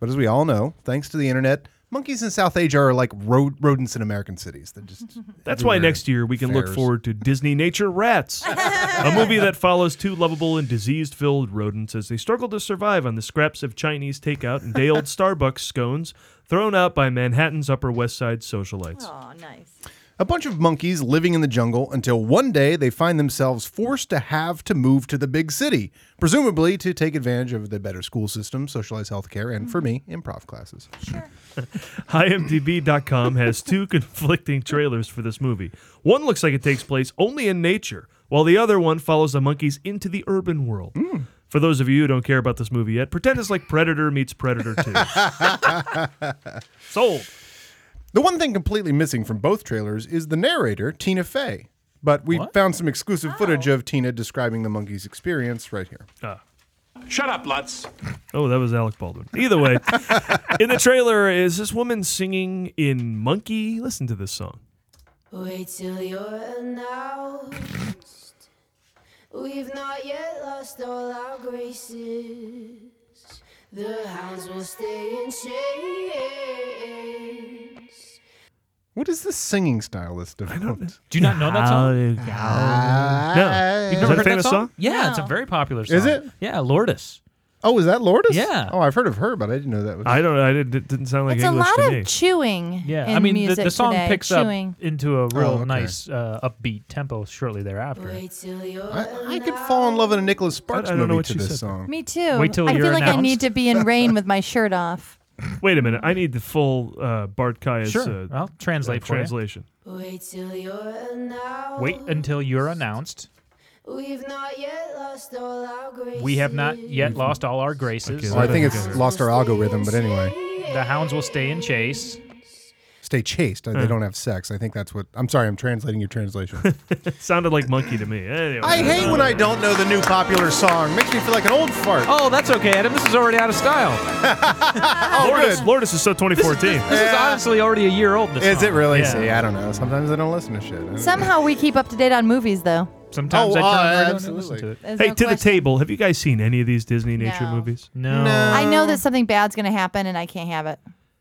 Speaker 4: But as we all know, thanks to the internet, monkeys in South Asia are like ro- rodents in American cities. They're just
Speaker 3: That's why
Speaker 4: everywhere.
Speaker 3: next year we can look
Speaker 4: Fairs.
Speaker 3: forward to Disney Nature Rats, a movie that follows two lovable and disease filled rodents as they struggle to survive on the scraps of Chinese takeout and day old Starbucks scones thrown out by Manhattan's Upper West Side socialites.
Speaker 6: Oh, nice.
Speaker 4: A bunch of monkeys living in the jungle until one day they find themselves forced to have to move to the big city, presumably to take advantage of the better school system, socialized healthcare, and for me,
Speaker 3: Mm-hmm.
Speaker 4: improv classes.
Speaker 3: IMDb.com has two conflicting trailers for this movie. One looks like it takes place only in nature, while the other one follows the monkeys into the urban world. For those of you who don't care about this movie yet, pretend it's like Predator meets Predator 2. Sold.
Speaker 4: The one thing completely missing from both trailers is the narrator, Tina Fey. But we found some exclusive
Speaker 3: Oh.
Speaker 4: footage of Tina describing the monkey's experience right here.
Speaker 7: Shut up, Lutz.
Speaker 3: Oh, that was Alec Baldwin. Either way, in the trailer is this woman singing in monkey. Listen to this song.
Speaker 8: Wait till you're announced. We've not yet lost all our graces. The hounds will stay in chains.
Speaker 4: What is this singing style that's developed?
Speaker 5: Do you not know that song?
Speaker 3: No,
Speaker 5: You've
Speaker 3: is
Speaker 5: never
Speaker 3: that a
Speaker 5: heard
Speaker 3: famous
Speaker 5: that
Speaker 3: song?
Speaker 5: Yeah, it's a very popular song.
Speaker 4: Is it?
Speaker 5: Yeah, Lourdes.
Speaker 4: Oh, is that Lourdes?
Speaker 5: Yeah.
Speaker 4: Oh, I've heard of her, but I didn't know that was.
Speaker 3: I don't. I didn't. It didn't sound like
Speaker 6: It's a
Speaker 3: English
Speaker 6: lot
Speaker 3: to me.
Speaker 6: of chewing.
Speaker 5: Yeah,
Speaker 6: in
Speaker 5: I mean the,
Speaker 6: music
Speaker 5: the song
Speaker 6: today.
Speaker 5: picks
Speaker 6: chewing.
Speaker 5: up into a real
Speaker 4: Oh, okay.
Speaker 5: nice uh, upbeat tempo shortly thereafter.
Speaker 4: I, I could fall in love in a Nicholas Sparks
Speaker 3: I don't know
Speaker 4: movie
Speaker 3: what
Speaker 4: to
Speaker 3: you
Speaker 4: this
Speaker 3: said.
Speaker 4: song.
Speaker 6: Me too.
Speaker 5: Wait till
Speaker 6: I
Speaker 5: you're
Speaker 6: feel like I need
Speaker 5: announced.
Speaker 6: to be in rain with my shirt off.
Speaker 3: Wait a minute. I need the full uh, Bart Kaya's
Speaker 5: Sure,
Speaker 3: uh,
Speaker 5: I'll translate for you.
Speaker 3: translation.
Speaker 8: Wait till you're announced.
Speaker 5: Wait until you're announced.
Speaker 8: We've not yet lost all our graces.
Speaker 5: We have not yet lost all our graces.
Speaker 4: Well, I
Speaker 3: that
Speaker 4: think
Speaker 3: doesn't
Speaker 4: it's lost our algorithm, but anyway.
Speaker 5: The hounds will stay in chase.
Speaker 4: stay chaste. Uh, They don't have sex. I think that's what. I'm sorry, I'm translating your translation.
Speaker 3: It sounded like monkey to me. Anyway,
Speaker 4: I hate when I don't know the new popular song. Makes me feel like an old fart.
Speaker 5: Oh, that's okay, Adam. This is already out of style.
Speaker 3: Lourdes, Lourdes is so 2014.
Speaker 5: This is
Speaker 4: Yeah.
Speaker 5: honestly already a year old. This
Speaker 4: Is
Speaker 5: song.
Speaker 4: it really?
Speaker 5: Yeah.
Speaker 4: See, I don't know. Sometimes I don't listen to shit. I don't know.
Speaker 6: Somehow we keep up to date on movies, though.
Speaker 5: Sometimes
Speaker 4: Oh,
Speaker 5: I turn
Speaker 4: uh,
Speaker 5: on the radio and
Speaker 4: absolutely.
Speaker 5: listen to it.
Speaker 6: There's
Speaker 3: Hey,
Speaker 6: no
Speaker 3: to the
Speaker 6: question.
Speaker 3: table. Have you guys seen any of these Disney nature
Speaker 6: No.
Speaker 3: movies?
Speaker 5: No.
Speaker 6: I know that something bad's going to happen, and I can't have it.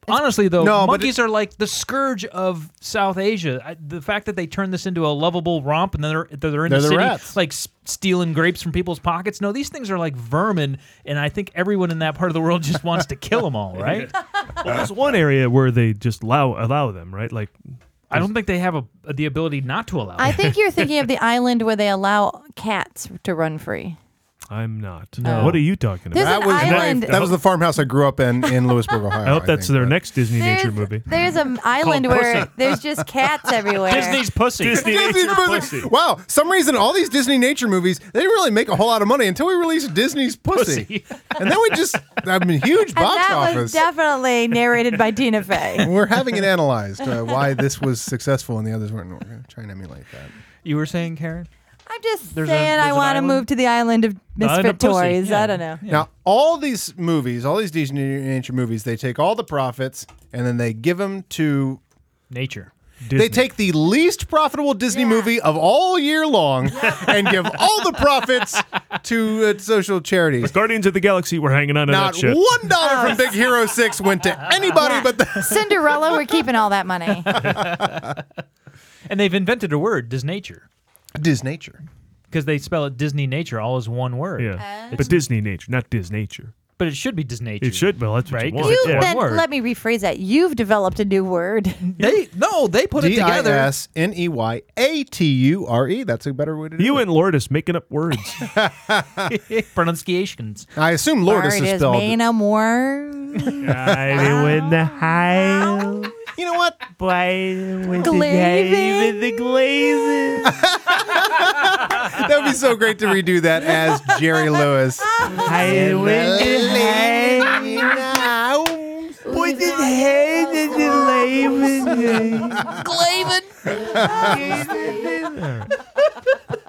Speaker 5: Honestly, though,
Speaker 4: No, but
Speaker 5: monkeys are like the scourge of South Asia. I, the fact that they turn this into a lovable romp and then they're, they're in
Speaker 4: They're the
Speaker 5: the city,
Speaker 4: rats.
Speaker 5: like s- stealing grapes from people's pockets. No, these things are like vermin, and I think everyone in that part of the world just wants to kill them all, right?
Speaker 3: Well, there's one area where they just allow allow them, right? Like
Speaker 5: I don't think they have a, the ability not to allow.
Speaker 6: I
Speaker 5: them.
Speaker 6: think you're thinking of the island where they allow cats to run free.
Speaker 3: I'm not. No. What are you talking about?
Speaker 6: There's
Speaker 4: That
Speaker 6: an
Speaker 4: was my,
Speaker 6: island.
Speaker 4: that was the farmhouse I grew up in in Lewisburg, Ohio.
Speaker 3: I hope that's
Speaker 4: think,
Speaker 3: their
Speaker 4: but-
Speaker 3: next Disney
Speaker 6: there's,
Speaker 3: nature movie.
Speaker 6: There's an island
Speaker 5: Called
Speaker 6: where
Speaker 5: Pussy.
Speaker 6: there's just cats everywhere.
Speaker 5: Disney's pussy.
Speaker 3: Disney
Speaker 4: Disney
Speaker 3: nature
Speaker 4: pussy.
Speaker 3: pussy.
Speaker 4: Wow, some reason all these Disney nature movies they didn't really make a whole lot of money until we released Disney's Pussy, and then we just I mean huge
Speaker 6: and
Speaker 4: box
Speaker 6: that
Speaker 4: office.
Speaker 6: was definitely narrated by Tina Fey.
Speaker 4: We're having it analyzed uh, why this was successful and the others weren't. We're gonna try and emulate that.
Speaker 5: you were saying, Karen?
Speaker 6: I'm just
Speaker 5: There's a-
Speaker 6: saying I
Speaker 5: there's an
Speaker 6: want to
Speaker 5: island?
Speaker 6: move to the island of
Speaker 5: island of
Speaker 6: misfit
Speaker 5: pussy,
Speaker 6: toys.
Speaker 5: yeah.
Speaker 6: I don't know.
Speaker 4: Now, all these movies, all these Disney Nature movies, they take all the profits and then they give them to
Speaker 5: Nature.
Speaker 3: Disney.
Speaker 4: They take the least profitable Disney movie of all year long and give all the profits to uh, social charities.
Speaker 3: Guardians of the Galaxy. We're hanging on to
Speaker 4: Not
Speaker 3: that shit.
Speaker 4: one dollar from Big Hero Six went to anybody
Speaker 6: Yeah.
Speaker 4: but the.
Speaker 6: Cinderella, we're keeping all that money.
Speaker 5: Oh, And they've invented a word, Disnature,
Speaker 4: Disnature.
Speaker 5: because they spell it Disney Nature all as one word.
Speaker 3: Yeah, but Disney nature, not Disnature.
Speaker 5: But it should be Disnature.
Speaker 3: It should. Well, that's what
Speaker 5: Right,
Speaker 3: you
Speaker 5: 'cause
Speaker 3: want.
Speaker 6: You
Speaker 5: it's one
Speaker 6: then
Speaker 5: word.
Speaker 6: let me rephrase that. You've developed a new word.
Speaker 5: They no, they put it
Speaker 4: D I
Speaker 5: together.
Speaker 4: S N E Y A T U R E. That's a better way to do
Speaker 3: You
Speaker 4: it.
Speaker 3: and Lourdes making up words.
Speaker 5: pronunciations.
Speaker 4: I assume Lourdes
Speaker 6: Word
Speaker 4: is
Speaker 6: is
Speaker 4: spelled.
Speaker 6: made a more
Speaker 3: I win the high.
Speaker 4: You know what?
Speaker 3: Play with
Speaker 6: glazing.
Speaker 3: the glazes.
Speaker 4: That would be so great to redo that as Jerry Lewis.
Speaker 3: I
Speaker 8: We've not yet lost all our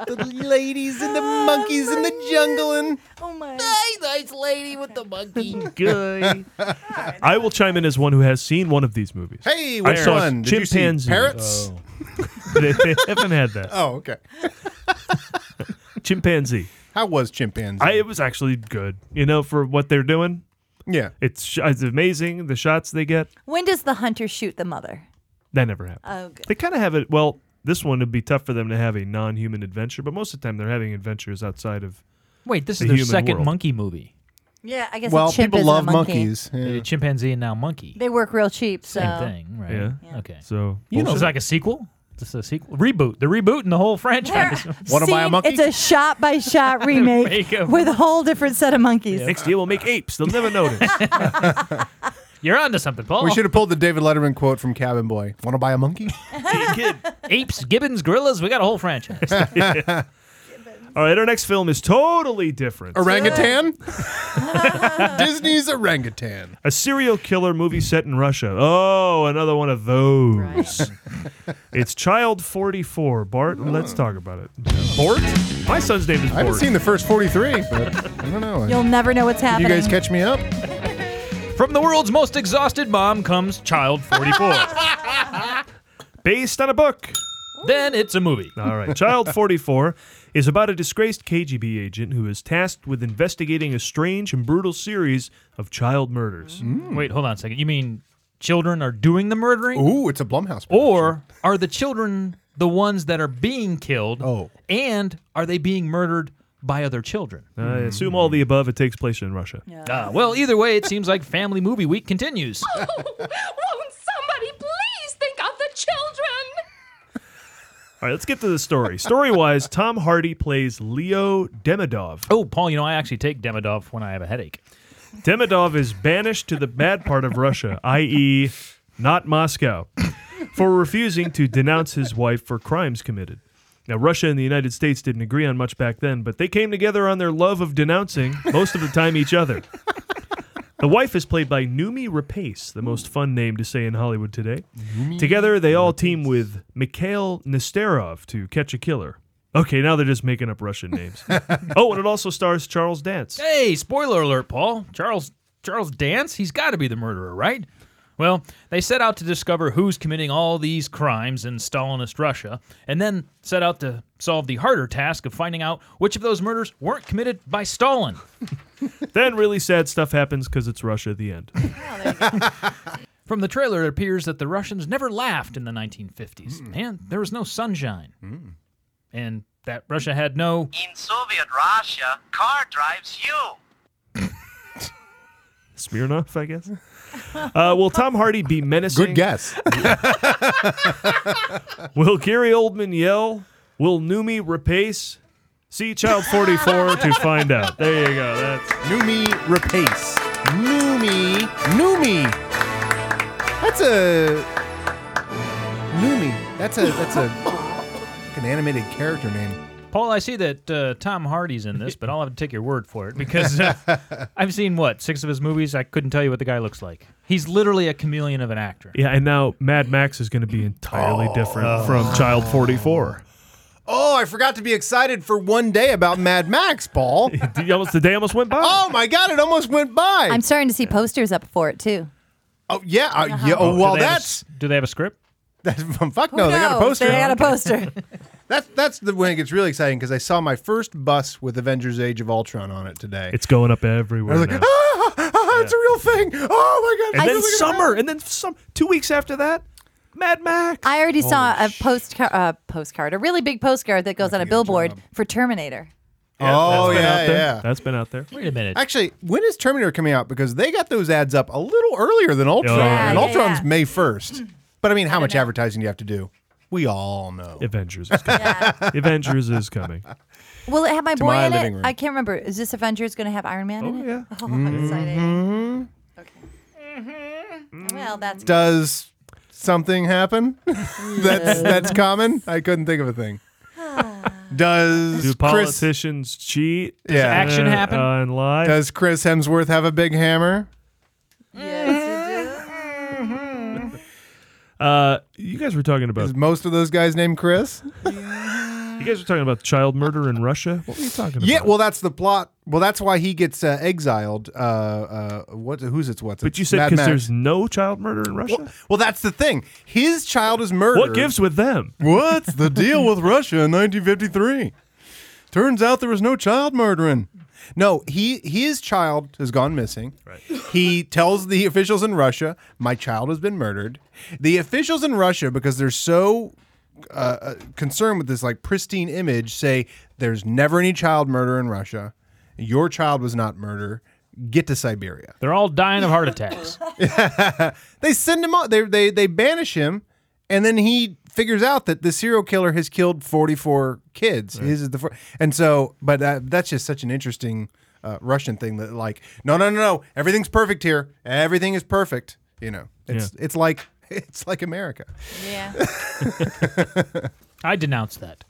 Speaker 4: the ladies and the monkeys and the jungle and
Speaker 6: Oh my.
Speaker 3: I will chime in as one who has seen one of these movies.
Speaker 4: hey,
Speaker 3: I
Speaker 4: which
Speaker 3: saw
Speaker 4: one? Did you see
Speaker 3: chimpanzees.
Speaker 4: parrots?
Speaker 5: Oh.
Speaker 3: they, they haven't had that.
Speaker 4: Oh, okay.
Speaker 3: Chimpanzee.
Speaker 4: How was chimpanzee?
Speaker 3: I, it was actually good. You know, for what they're doing,
Speaker 4: yeah.
Speaker 3: it's sh- it's amazing. The shots they get,
Speaker 6: When does the hunter shoot the mother?
Speaker 3: that never happened.
Speaker 6: Oh, good.
Speaker 3: They kind of have it. Well, this one would be tough for them to have a non-human adventure, but most of the time they're having adventures outside of.
Speaker 5: Wait, this
Speaker 3: The
Speaker 5: is their
Speaker 3: human
Speaker 5: second
Speaker 3: world.
Speaker 5: monkey movie.
Speaker 6: Yeah, I guess.
Speaker 4: Well,
Speaker 6: a chimp
Speaker 4: people
Speaker 6: isn't a
Speaker 4: love
Speaker 6: monkey.
Speaker 4: monkeys. Yeah.
Speaker 5: Uh, chimpanzee and now monkey.
Speaker 6: They work real cheap, so
Speaker 5: Same thing, right?
Speaker 3: Yeah.
Speaker 5: Okay.
Speaker 3: So
Speaker 5: you know, it's like a sequel. It's a sequel reboot. They're rebooting the whole franchise.
Speaker 4: Wanna buy a
Speaker 6: Scene-
Speaker 4: monkey?
Speaker 6: It's a shot by shot remake
Speaker 5: Make a-
Speaker 6: with a whole different set of monkeys.
Speaker 3: next year we'll make apes. They'll never notice.
Speaker 5: You're onto something, Paul.
Speaker 4: We should have pulled the David Letterman quote from Cabin Boy. Want to buy a monkey?
Speaker 5: apes, gibbons, gorillas. We got a whole franchise.
Speaker 3: All right, our next film is totally different.
Speaker 4: Orangutan? Disney's orangutan.
Speaker 3: A serial killer movie set in Russia. Oh, another one of those. it's Child 44. Bart, let's talk about it. Bort? My son's name is
Speaker 4: I haven't
Speaker 3: Bort.
Speaker 4: seen the first 43, but I don't know.
Speaker 6: You'll never know what's
Speaker 4: you
Speaker 6: happening.
Speaker 4: guys catch me up?
Speaker 5: From the world's most exhausted mom comes child 44.
Speaker 3: Based on a book.
Speaker 5: then it's a movie.
Speaker 3: All right. Child 44 is about a disgraced KGB agent who is tasked with investigating a strange and brutal series of child murders.
Speaker 5: Wait, hold on a second. You mean children are doing the murdering?
Speaker 4: Ooh, it's a Blumhouse.
Speaker 5: Or are the children the ones that are being killed?
Speaker 4: Oh.
Speaker 5: And are they being murdered by other children?
Speaker 3: I assume all the above. It takes place in Russia.
Speaker 5: Ah, well, either way, it seems like Family Movie Week continues.
Speaker 9: Won't somebody please think of the children?
Speaker 3: All right, let's get to the story. Story wise, Tom Hardy plays Leo Demidov.
Speaker 5: Oh, Paul, you know, I actually take Demidov when I have a headache.
Speaker 3: Demidov is banished to the bad part of Russia, i.e., not Moscow, for refusing to denounce his wife for crimes committed. Now, Russia and the United States didn't agree on much back then, but they came together on their love of denouncing, most of the time, each other. The wife is played by Numi Rapace, the most fun name to say in Hollywood today. Together, they all team with Mikhail Nesterov to catch a killer. Okay, now they're just making up Russian names. oh, and it also stars Charles Dance.
Speaker 5: Hey, spoiler alert, Paul. Charles Charles Dance, he's got to be the murderer, right? Well, they set out to discover who's committing all these crimes in Stalinist Russia, and then set out to solve the harder task of finding out which of those murders weren't committed by Stalin.
Speaker 3: Then really sad stuff happens because it's Russia at the end.
Speaker 5: From the trailer, it appears that the Russians never laughed in the 1950s, and there was no sunshine. And that Russia had no.
Speaker 10: In Soviet Russia, car drives you.
Speaker 3: Smirnoff, I guess. Uh, will Tom Hardy be menacing?
Speaker 4: Good guess.
Speaker 3: Will Gary Oldman yell? Will Numi rapace? See Child 44 to find out. There you go. That's
Speaker 4: Numi Rapace. Numi. Numi. That's a Numi. That's a that's a like an animated character name.
Speaker 5: Paul, I see that uh, Tom Hardy's in this, but I'll have to take your word for it because uh, I've seen, what, six of his movies? I couldn't tell you what the guy looks like. He's literally a chameleon of an actor.
Speaker 3: yeah. And now Mad Max is going to be entirely different from Child 44.
Speaker 4: Oh, I forgot to be excited for one day about Mad Max, Paul.
Speaker 3: The- almost the day almost went by.
Speaker 4: Oh my God! It almost went by.
Speaker 6: I'm starting to see posters up for it too.
Speaker 4: oh yeah, uh, yeah. Oh, well,
Speaker 5: Do they have a
Speaker 4: that's
Speaker 5: s- do they have a script?
Speaker 4: That's, fuck no, they got
Speaker 1: knows?
Speaker 4: a poster.
Speaker 1: They got a poster.
Speaker 4: That's that's the when it gets really exciting because I saw my first bus with Avengers: Age of Ultron on it today.
Speaker 3: It's going up
Speaker 4: I
Speaker 3: everywhere.
Speaker 4: was like,
Speaker 3: now.
Speaker 4: ah, ah, ah, it's a real thing. Oh my god!
Speaker 3: and then
Speaker 4: Look at
Speaker 3: summer, and then some. Two weeks after that, Mad Max.
Speaker 1: I already saw a postcard, uh, postcard, a really big postcard that goes on a
Speaker 4: good
Speaker 1: billboard
Speaker 4: job.
Speaker 1: for Terminator.
Speaker 4: that. Oh
Speaker 3: That's been
Speaker 4: yeah,
Speaker 3: out there.
Speaker 4: yeah.
Speaker 3: That's been out there.
Speaker 5: Wait a minute.
Speaker 4: Actually, when is Terminator coming out? Because they got those ads up a little earlier than Ultron,
Speaker 3: Yeah,
Speaker 4: and
Speaker 1: yeah,
Speaker 4: Ultron's
Speaker 1: yeah.
Speaker 4: May first. But I mean, how much advertising do you have to do? We all know.
Speaker 3: Avengers is coming. Avengers is coming.
Speaker 1: Will it have my boy
Speaker 4: my
Speaker 1: in
Speaker 4: living
Speaker 1: it?
Speaker 4: room.
Speaker 1: I can't remember. Is this Avengers going to have Iron Man in
Speaker 3: Oh
Speaker 1: it?
Speaker 3: yeah.
Speaker 1: Oh, how exciting.
Speaker 4: Mm-hmm.
Speaker 1: Okay.
Speaker 6: Mm-hmm.
Speaker 1: Well, that's
Speaker 4: Does something happen? that's that's common. I couldn't think of a thing. Does
Speaker 3: Do
Speaker 4: Chris
Speaker 3: politicians cheat?
Speaker 4: Does Yeah.
Speaker 5: action
Speaker 3: Uh,
Speaker 5: happen?
Speaker 3: uh, and lie?
Speaker 4: Does Chris Hemsworth have a big hammer?
Speaker 3: uh, you guys were talking about
Speaker 4: Is most of those guys named Chris?
Speaker 3: you guys were talking about child murder in Russia. What were you talking about?
Speaker 4: Yeah, well, that's the plot. Well, that's why he gets uh, exiled. Uh, uh, what? Who's it's? What's?
Speaker 3: but
Speaker 4: it's
Speaker 3: you said
Speaker 4: Mad
Speaker 3: because
Speaker 4: Max.
Speaker 3: there's no child murder in Russia.
Speaker 4: Well, well, that's the thing. His child is murdered.
Speaker 3: What gives with them?
Speaker 4: What's the deal with Russia in 1953? Turns out there was no child murdering. No, he his child has gone missing. Right. He tells the officials in Russia, "My child has been murdered." The officials in Russia, because they're so uh, uh, concerned with this like pristine image, say there's never any child murder in Russia. Your child was not murder. Get to Siberia.
Speaker 5: They're all dying of heart attacks.
Speaker 4: They send him out. They they they banish him, and then he figures out that the serial killer has killed forty four kids. His is the four, and so, but that, that's just such an interesting uh, Russian thing that like, no, no, no, no, everything's perfect here. Everything is perfect. You know, it's it's like it's like America.
Speaker 1: yeah.
Speaker 5: I denounce that.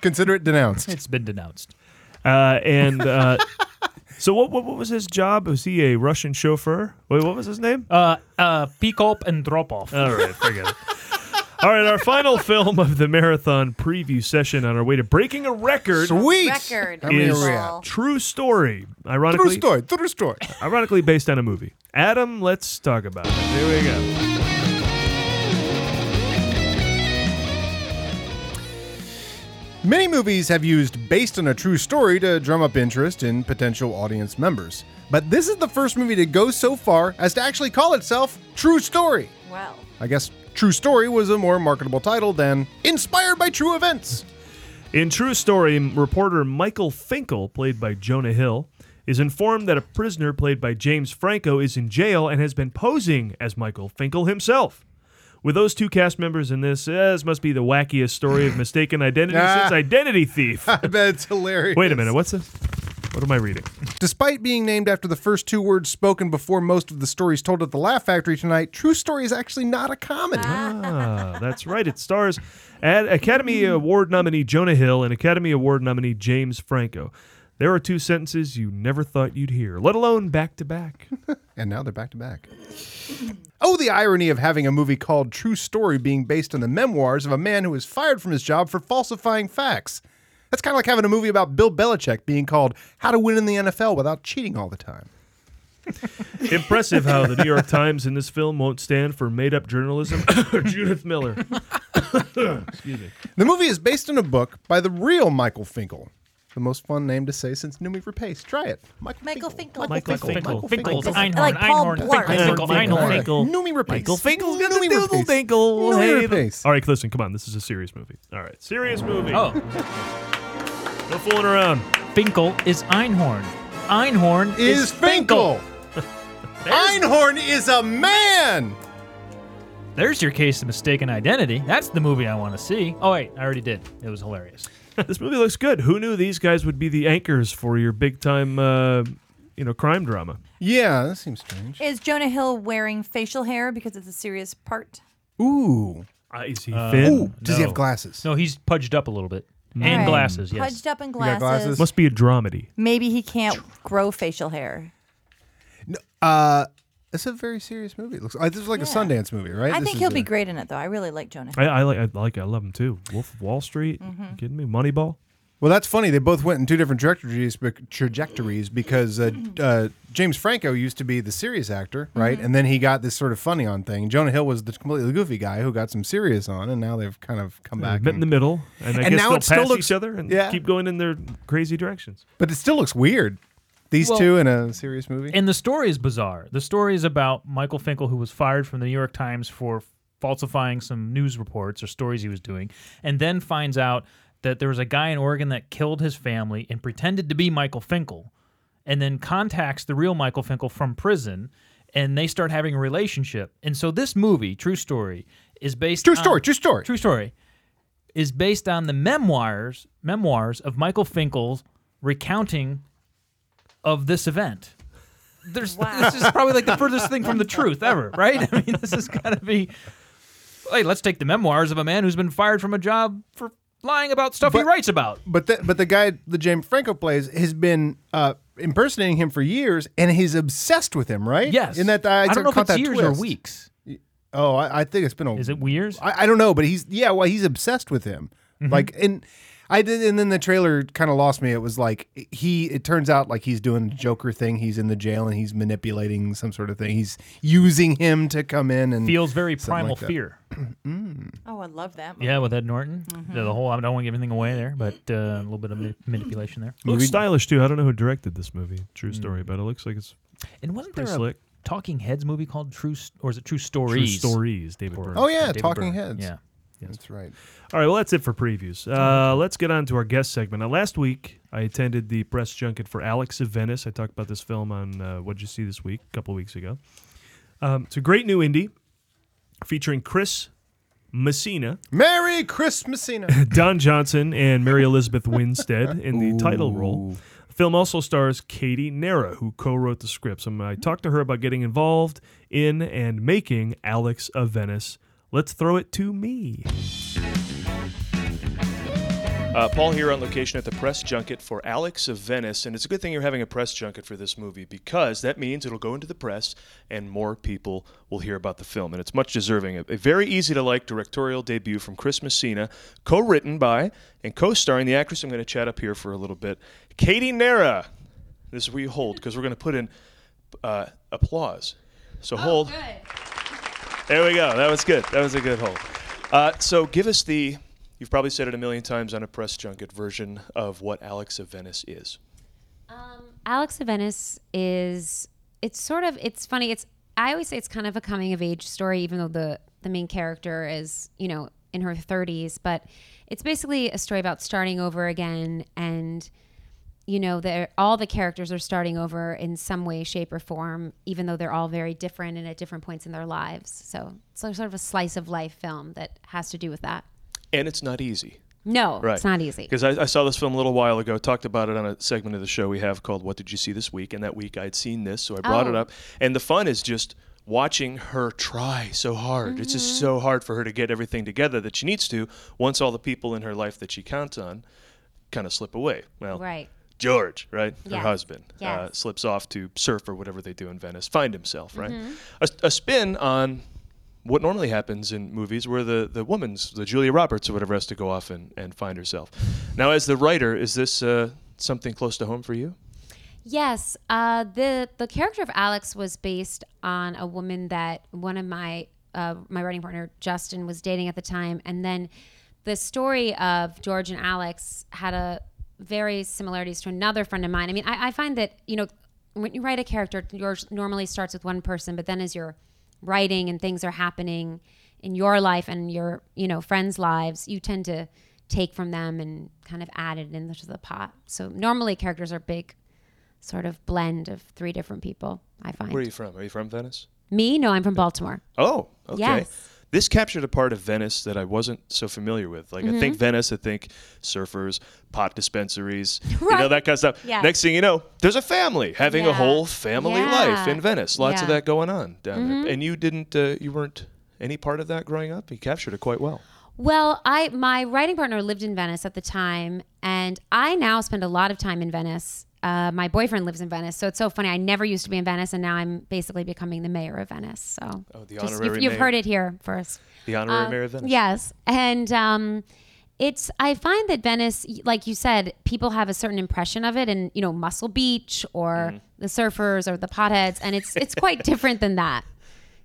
Speaker 4: Consider it denounced.
Speaker 5: It's been denounced.
Speaker 3: Uh, and uh, so what, what? What was his job? Was he a Russian chauffeur? Wait, what was his name?
Speaker 5: Uh, uh, pick up and drop off.
Speaker 3: All right, forget it. All right, our final film of the marathon preview session on our way to breaking a record
Speaker 4: Sweet.
Speaker 1: Record.
Speaker 4: How many
Speaker 3: is
Speaker 4: are we at?
Speaker 3: True Story.
Speaker 4: True
Speaker 3: Ironically,
Speaker 4: story. True story.
Speaker 3: ironically based on a movie. Adam, let's talk about it. Here we go.
Speaker 4: Many movies have used based on a true story to drum up interest in potential audience members. But this is the first movie to go so far as to actually call itself True Story.
Speaker 1: Well,
Speaker 4: I guess True Story was a more marketable title than Inspired by True Events.
Speaker 3: In True Story, reporter Michael Finkel, played by Jonah Hill, is informed that a prisoner played by James Franco is in jail and has been posing as Michael Finkel himself. With those two cast members in this, eh, this must be the wackiest story of mistaken identity since Identity Thief.
Speaker 4: I bet it's hilarious.
Speaker 3: Wait a minute, what's this? What am I reading?
Speaker 4: Despite being named after the first two words spoken before most of the stories told at the Laugh Factory tonight, True Story is actually not a comedy.
Speaker 3: Ah, that's right. It stars Ad- Academy Award nominee Jonah Hill and Academy Award nominee James Franco. There are two sentences you never thought you'd hear, let alone back to back.
Speaker 4: And now they're back to back. Oh, the irony of having a movie called True Story being based on the memoirs of a man who was fired from his job for falsifying facts. That's kind of like having a movie about Bill Belichick being called How to Win in the NFL Without Cheating All the Time.
Speaker 3: Impressive how the New York Times in this film won't stand for made up journalism. Judith Miller. Excuse me.
Speaker 4: The movie is based on a book by the real Michael Finkel. The most fun name to say since Numi Rapace. Try it. Michael,
Speaker 1: Michael Finkel.
Speaker 3: Michael Finkel.
Speaker 4: Michael
Speaker 5: Finkel,
Speaker 4: Finkel.
Speaker 5: Einhorn,
Speaker 1: Like Paul
Speaker 5: Einhorn,
Speaker 1: Blart.
Speaker 5: Finkel, Einhorn, Finkel.
Speaker 4: Numi Rapace.
Speaker 3: Michael Finkel's got the
Speaker 4: Numi
Speaker 3: doodle
Speaker 4: Rapace.
Speaker 3: dinkle.
Speaker 4: Numi
Speaker 3: Hey, the-
Speaker 4: Rapace.
Speaker 3: All right, listen, come on. This is a serious movie. All right, serious movie.
Speaker 5: Oh,
Speaker 3: No fooling around.
Speaker 5: Finkel is Einhorn. Einhorn is,
Speaker 4: Is Finkel. Einhorn is a man.
Speaker 5: There's your case of mistaken identity. That's the movie I want to see. Oh wait, I already did. It was hilarious.
Speaker 3: this movie looks good. Who knew these guys would be the anchors for your big time, uh, you know, crime drama?
Speaker 4: Yeah, that seems strange.
Speaker 1: is Jonah Hill wearing facial hair because it's a serious part?
Speaker 4: Ooh.
Speaker 3: Uh, is he thin?
Speaker 4: Ooh, does he have
Speaker 5: No.
Speaker 4: glasses?
Speaker 5: No, he's pudged up a little bit and
Speaker 1: Right.
Speaker 5: glasses. Yes.
Speaker 1: Pudged up in
Speaker 4: got
Speaker 1: glasses.
Speaker 4: glasses?
Speaker 3: Must be a dramedy.
Speaker 1: Maybe he can't grow facial hair.
Speaker 4: Uh, it's a very serious movie. It looks. Uh, this is like a Sundance movie, right?
Speaker 1: I
Speaker 4: This
Speaker 1: think
Speaker 4: is
Speaker 1: he'll
Speaker 4: a-
Speaker 1: be great in it, though. I really like Jonah.
Speaker 3: I, I like, I like, I love him too. Wolf of Wall Street. You kidding me? Moneyball.
Speaker 4: Well, that's funny. They both went in two different trajectories, bec- trajectories because uh, uh, James Franco used to be the serious actor, right?
Speaker 1: Mm-hmm.
Speaker 4: And then he got this sort of funny on thing. Jonah Hill was the completely goofy guy who got some serious on, and now they've kind of come back.
Speaker 3: Met in
Speaker 4: and-
Speaker 3: the middle, and I
Speaker 4: And
Speaker 3: guess
Speaker 4: now
Speaker 3: they'll
Speaker 4: it still
Speaker 3: pass
Speaker 4: looks-
Speaker 3: each other and
Speaker 4: yeah.
Speaker 3: keep going in their crazy directions.
Speaker 4: but it still looks weird. These
Speaker 5: Well-
Speaker 4: two in a serious movie.
Speaker 5: And the story is bizarre. The story is about Michael Finkel, who was fired from the New York Times for falsifying some news reports or stories he was doing, and then finds out that there was a guy in Oregon that killed his family and pretended to be Michael Finkel, and then contacts the real Michael Finkel from prison, and they start having a relationship. And so this movie, True Story, is based
Speaker 4: true
Speaker 5: on-
Speaker 4: story. True story.
Speaker 5: True story is based on the memoirs memoirs of Michael Finkel's recounting of this event. There's this is probably like the furthest thing from the truth ever, right? I mean, this has got to be. Hey, let's take the memoirs of a man who's been fired from a job for lying about stuff he
Speaker 4: But-
Speaker 5: writes about.
Speaker 4: But the, but the guy the James Franco plays has been uh, impersonating him for years, and he's obsessed with him, right?
Speaker 5: Yes,
Speaker 4: In that uh, I,
Speaker 5: I don't know if
Speaker 4: caught
Speaker 5: it's
Speaker 4: that
Speaker 5: years or
Speaker 4: twist.
Speaker 5: weeks.
Speaker 4: Oh, I, I think it's been a.
Speaker 5: Is it years?
Speaker 4: I, I don't know, but he's yeah. Well, he's obsessed with him.
Speaker 5: Mm-hmm.
Speaker 4: Like and I did, and then the trailer kind of lost me. It was like he. It turns out like he's doing the Joker thing. He's in the jail and he's manipulating some sort of thing. He's using him to come in and
Speaker 5: Feels very
Speaker 4: Something like
Speaker 5: primal
Speaker 4: that.
Speaker 5: fear.
Speaker 1: Oh, I love that.
Speaker 5: Yeah, with Ed Norton, the whole. I don't want to give anything away there, but uh, a little bit of ma- manipulation there.
Speaker 3: Looks stylish too. I don't know who directed this movie. True
Speaker 4: Mm.
Speaker 3: story, but it looks like it's
Speaker 5: And wasn't
Speaker 3: Pretty
Speaker 5: there a
Speaker 3: slick.
Speaker 5: Talking Heads movie called True, S- or is it True
Speaker 3: True
Speaker 5: Stories?
Speaker 3: stories. David Byrne.
Speaker 4: Oh yeah,
Speaker 5: David
Speaker 4: Talking
Speaker 5: Byrne.
Speaker 4: Heads.
Speaker 5: Yeah.
Speaker 4: that's right.
Speaker 3: All right, well, that's it for previews. Uh, let's get on to our guest segment. Now, last week, I attended the press junket for Alex of Venice. I talked about this film on uh, What'd You See This Week a couple weeks ago. Um, it's a great new indie featuring Chris Messina,
Speaker 4: Merry Christmasina.
Speaker 3: Don Johnson, and Mary Elizabeth Winstead in the title role. The film also stars Katie Nara, who co wrote the script. So um, I talked to her about getting involved in and making Alex of Venice. Let's throw it to me. Uh, Paul here on location at the press junket for Alex of Venice, and it's a good thing you're having a press junket for this movie because that means it'll go into the press and more people will hear about the film, and it's much deserving. A, a very easy to like directorial debut from Chris Messina, co written by and co starring the actress I'm going to chat up here for a little bit, Katie Nara. This is where you hold because we're going to put in uh, applause. So hold. There we go. That was good. That was a good hold. Uh, so give us the, you've probably said it a million times on a press junket version of what Alex of Venice is.
Speaker 11: Alex of Venice is it's sort of it's funny. It's I always say it's kind of a coming of age story, even though the the main character is you know in her 30s, but it's basically a story about starting over again and you know they're all the characters are starting over in some way shape or form even though they're all very different and at different points in their lives so it's like sort of a slice of life film that has to do with that
Speaker 7: And it's not easy.
Speaker 11: no
Speaker 7: Right.
Speaker 11: it's not easy
Speaker 7: Because I, I saw this film a little while ago, talked about it on a segment of the show we have called What Did You See This Week? And that week I'd seen this, so I brought it
Speaker 11: Oh.
Speaker 7: up. And the fun is just watching her try so hard. It's just so hard for her to get everything together that she needs to once all the people in her life that she counts on kind of slip away. Well,
Speaker 11: right
Speaker 7: George, right? Her
Speaker 11: Yes.
Speaker 7: husband uh,
Speaker 11: Yes.
Speaker 7: slips off to surf or whatever they do in Venice, find himself, right? A, a spin on what normally happens in movies where the, the woman's, the Julia Roberts or whatever, has to go off and, and find herself. Now, as the writer, is this uh, something close to home for you?
Speaker 11: Yes, uh, the the character of Alex was based on a woman that one of my uh, my writing partner Justin was dating at the time, and then the story of George and Alex had a very similarities to another friend of mine. I mean, I, I find that you know when you write a character, yours normally starts with one person, but then as you're writing and things are happening in your life and your you know friends' lives, you tend to take from them and kind of add it into the pot. So normally characters are big sort of blend of three different people. I find
Speaker 7: Where are you from? Are you from Venice?
Speaker 11: me. No, I'm from Baltimore.
Speaker 7: Oh, okay.
Speaker 11: Yes.
Speaker 7: This captured a part of Venice that I wasn't so familiar with. Like I
Speaker 11: Mm-hmm.
Speaker 7: think Venice, I think surfers, pot dispensaries, you know
Speaker 11: Right.
Speaker 7: that kind of stuff.
Speaker 11: Yeah.
Speaker 7: Next thing you know, there's a family having a
Speaker 11: Yeah.
Speaker 7: whole family life
Speaker 11: Yeah.
Speaker 7: in Venice. Lots of
Speaker 11: Yeah. Mm-hmm.
Speaker 7: that going on down there. And you didn't, uh, you weren't any part of that growing up. You captured it quite well.
Speaker 11: Well, I my writing partner lived in Venice at the time, and I now spend a lot of time in Venice. Uh, my boyfriend lives in Venice, so it's so funny. I never used to be in Venice, and now I'm basically becoming the mayor of Venice. So
Speaker 7: Oh, the
Speaker 11: just-
Speaker 7: honorary
Speaker 11: you've, you've
Speaker 7: mayor.
Speaker 11: heard it here first.
Speaker 7: The honorary
Speaker 11: Um,
Speaker 7: mayor of Venice.
Speaker 11: Yes, and um, it's I find that Venice, y- like you said, people have a certain impression of it, and you know, Muscle Beach or
Speaker 7: Mm-hmm.
Speaker 11: the surfers or the potheads, and it's it's quite different than that,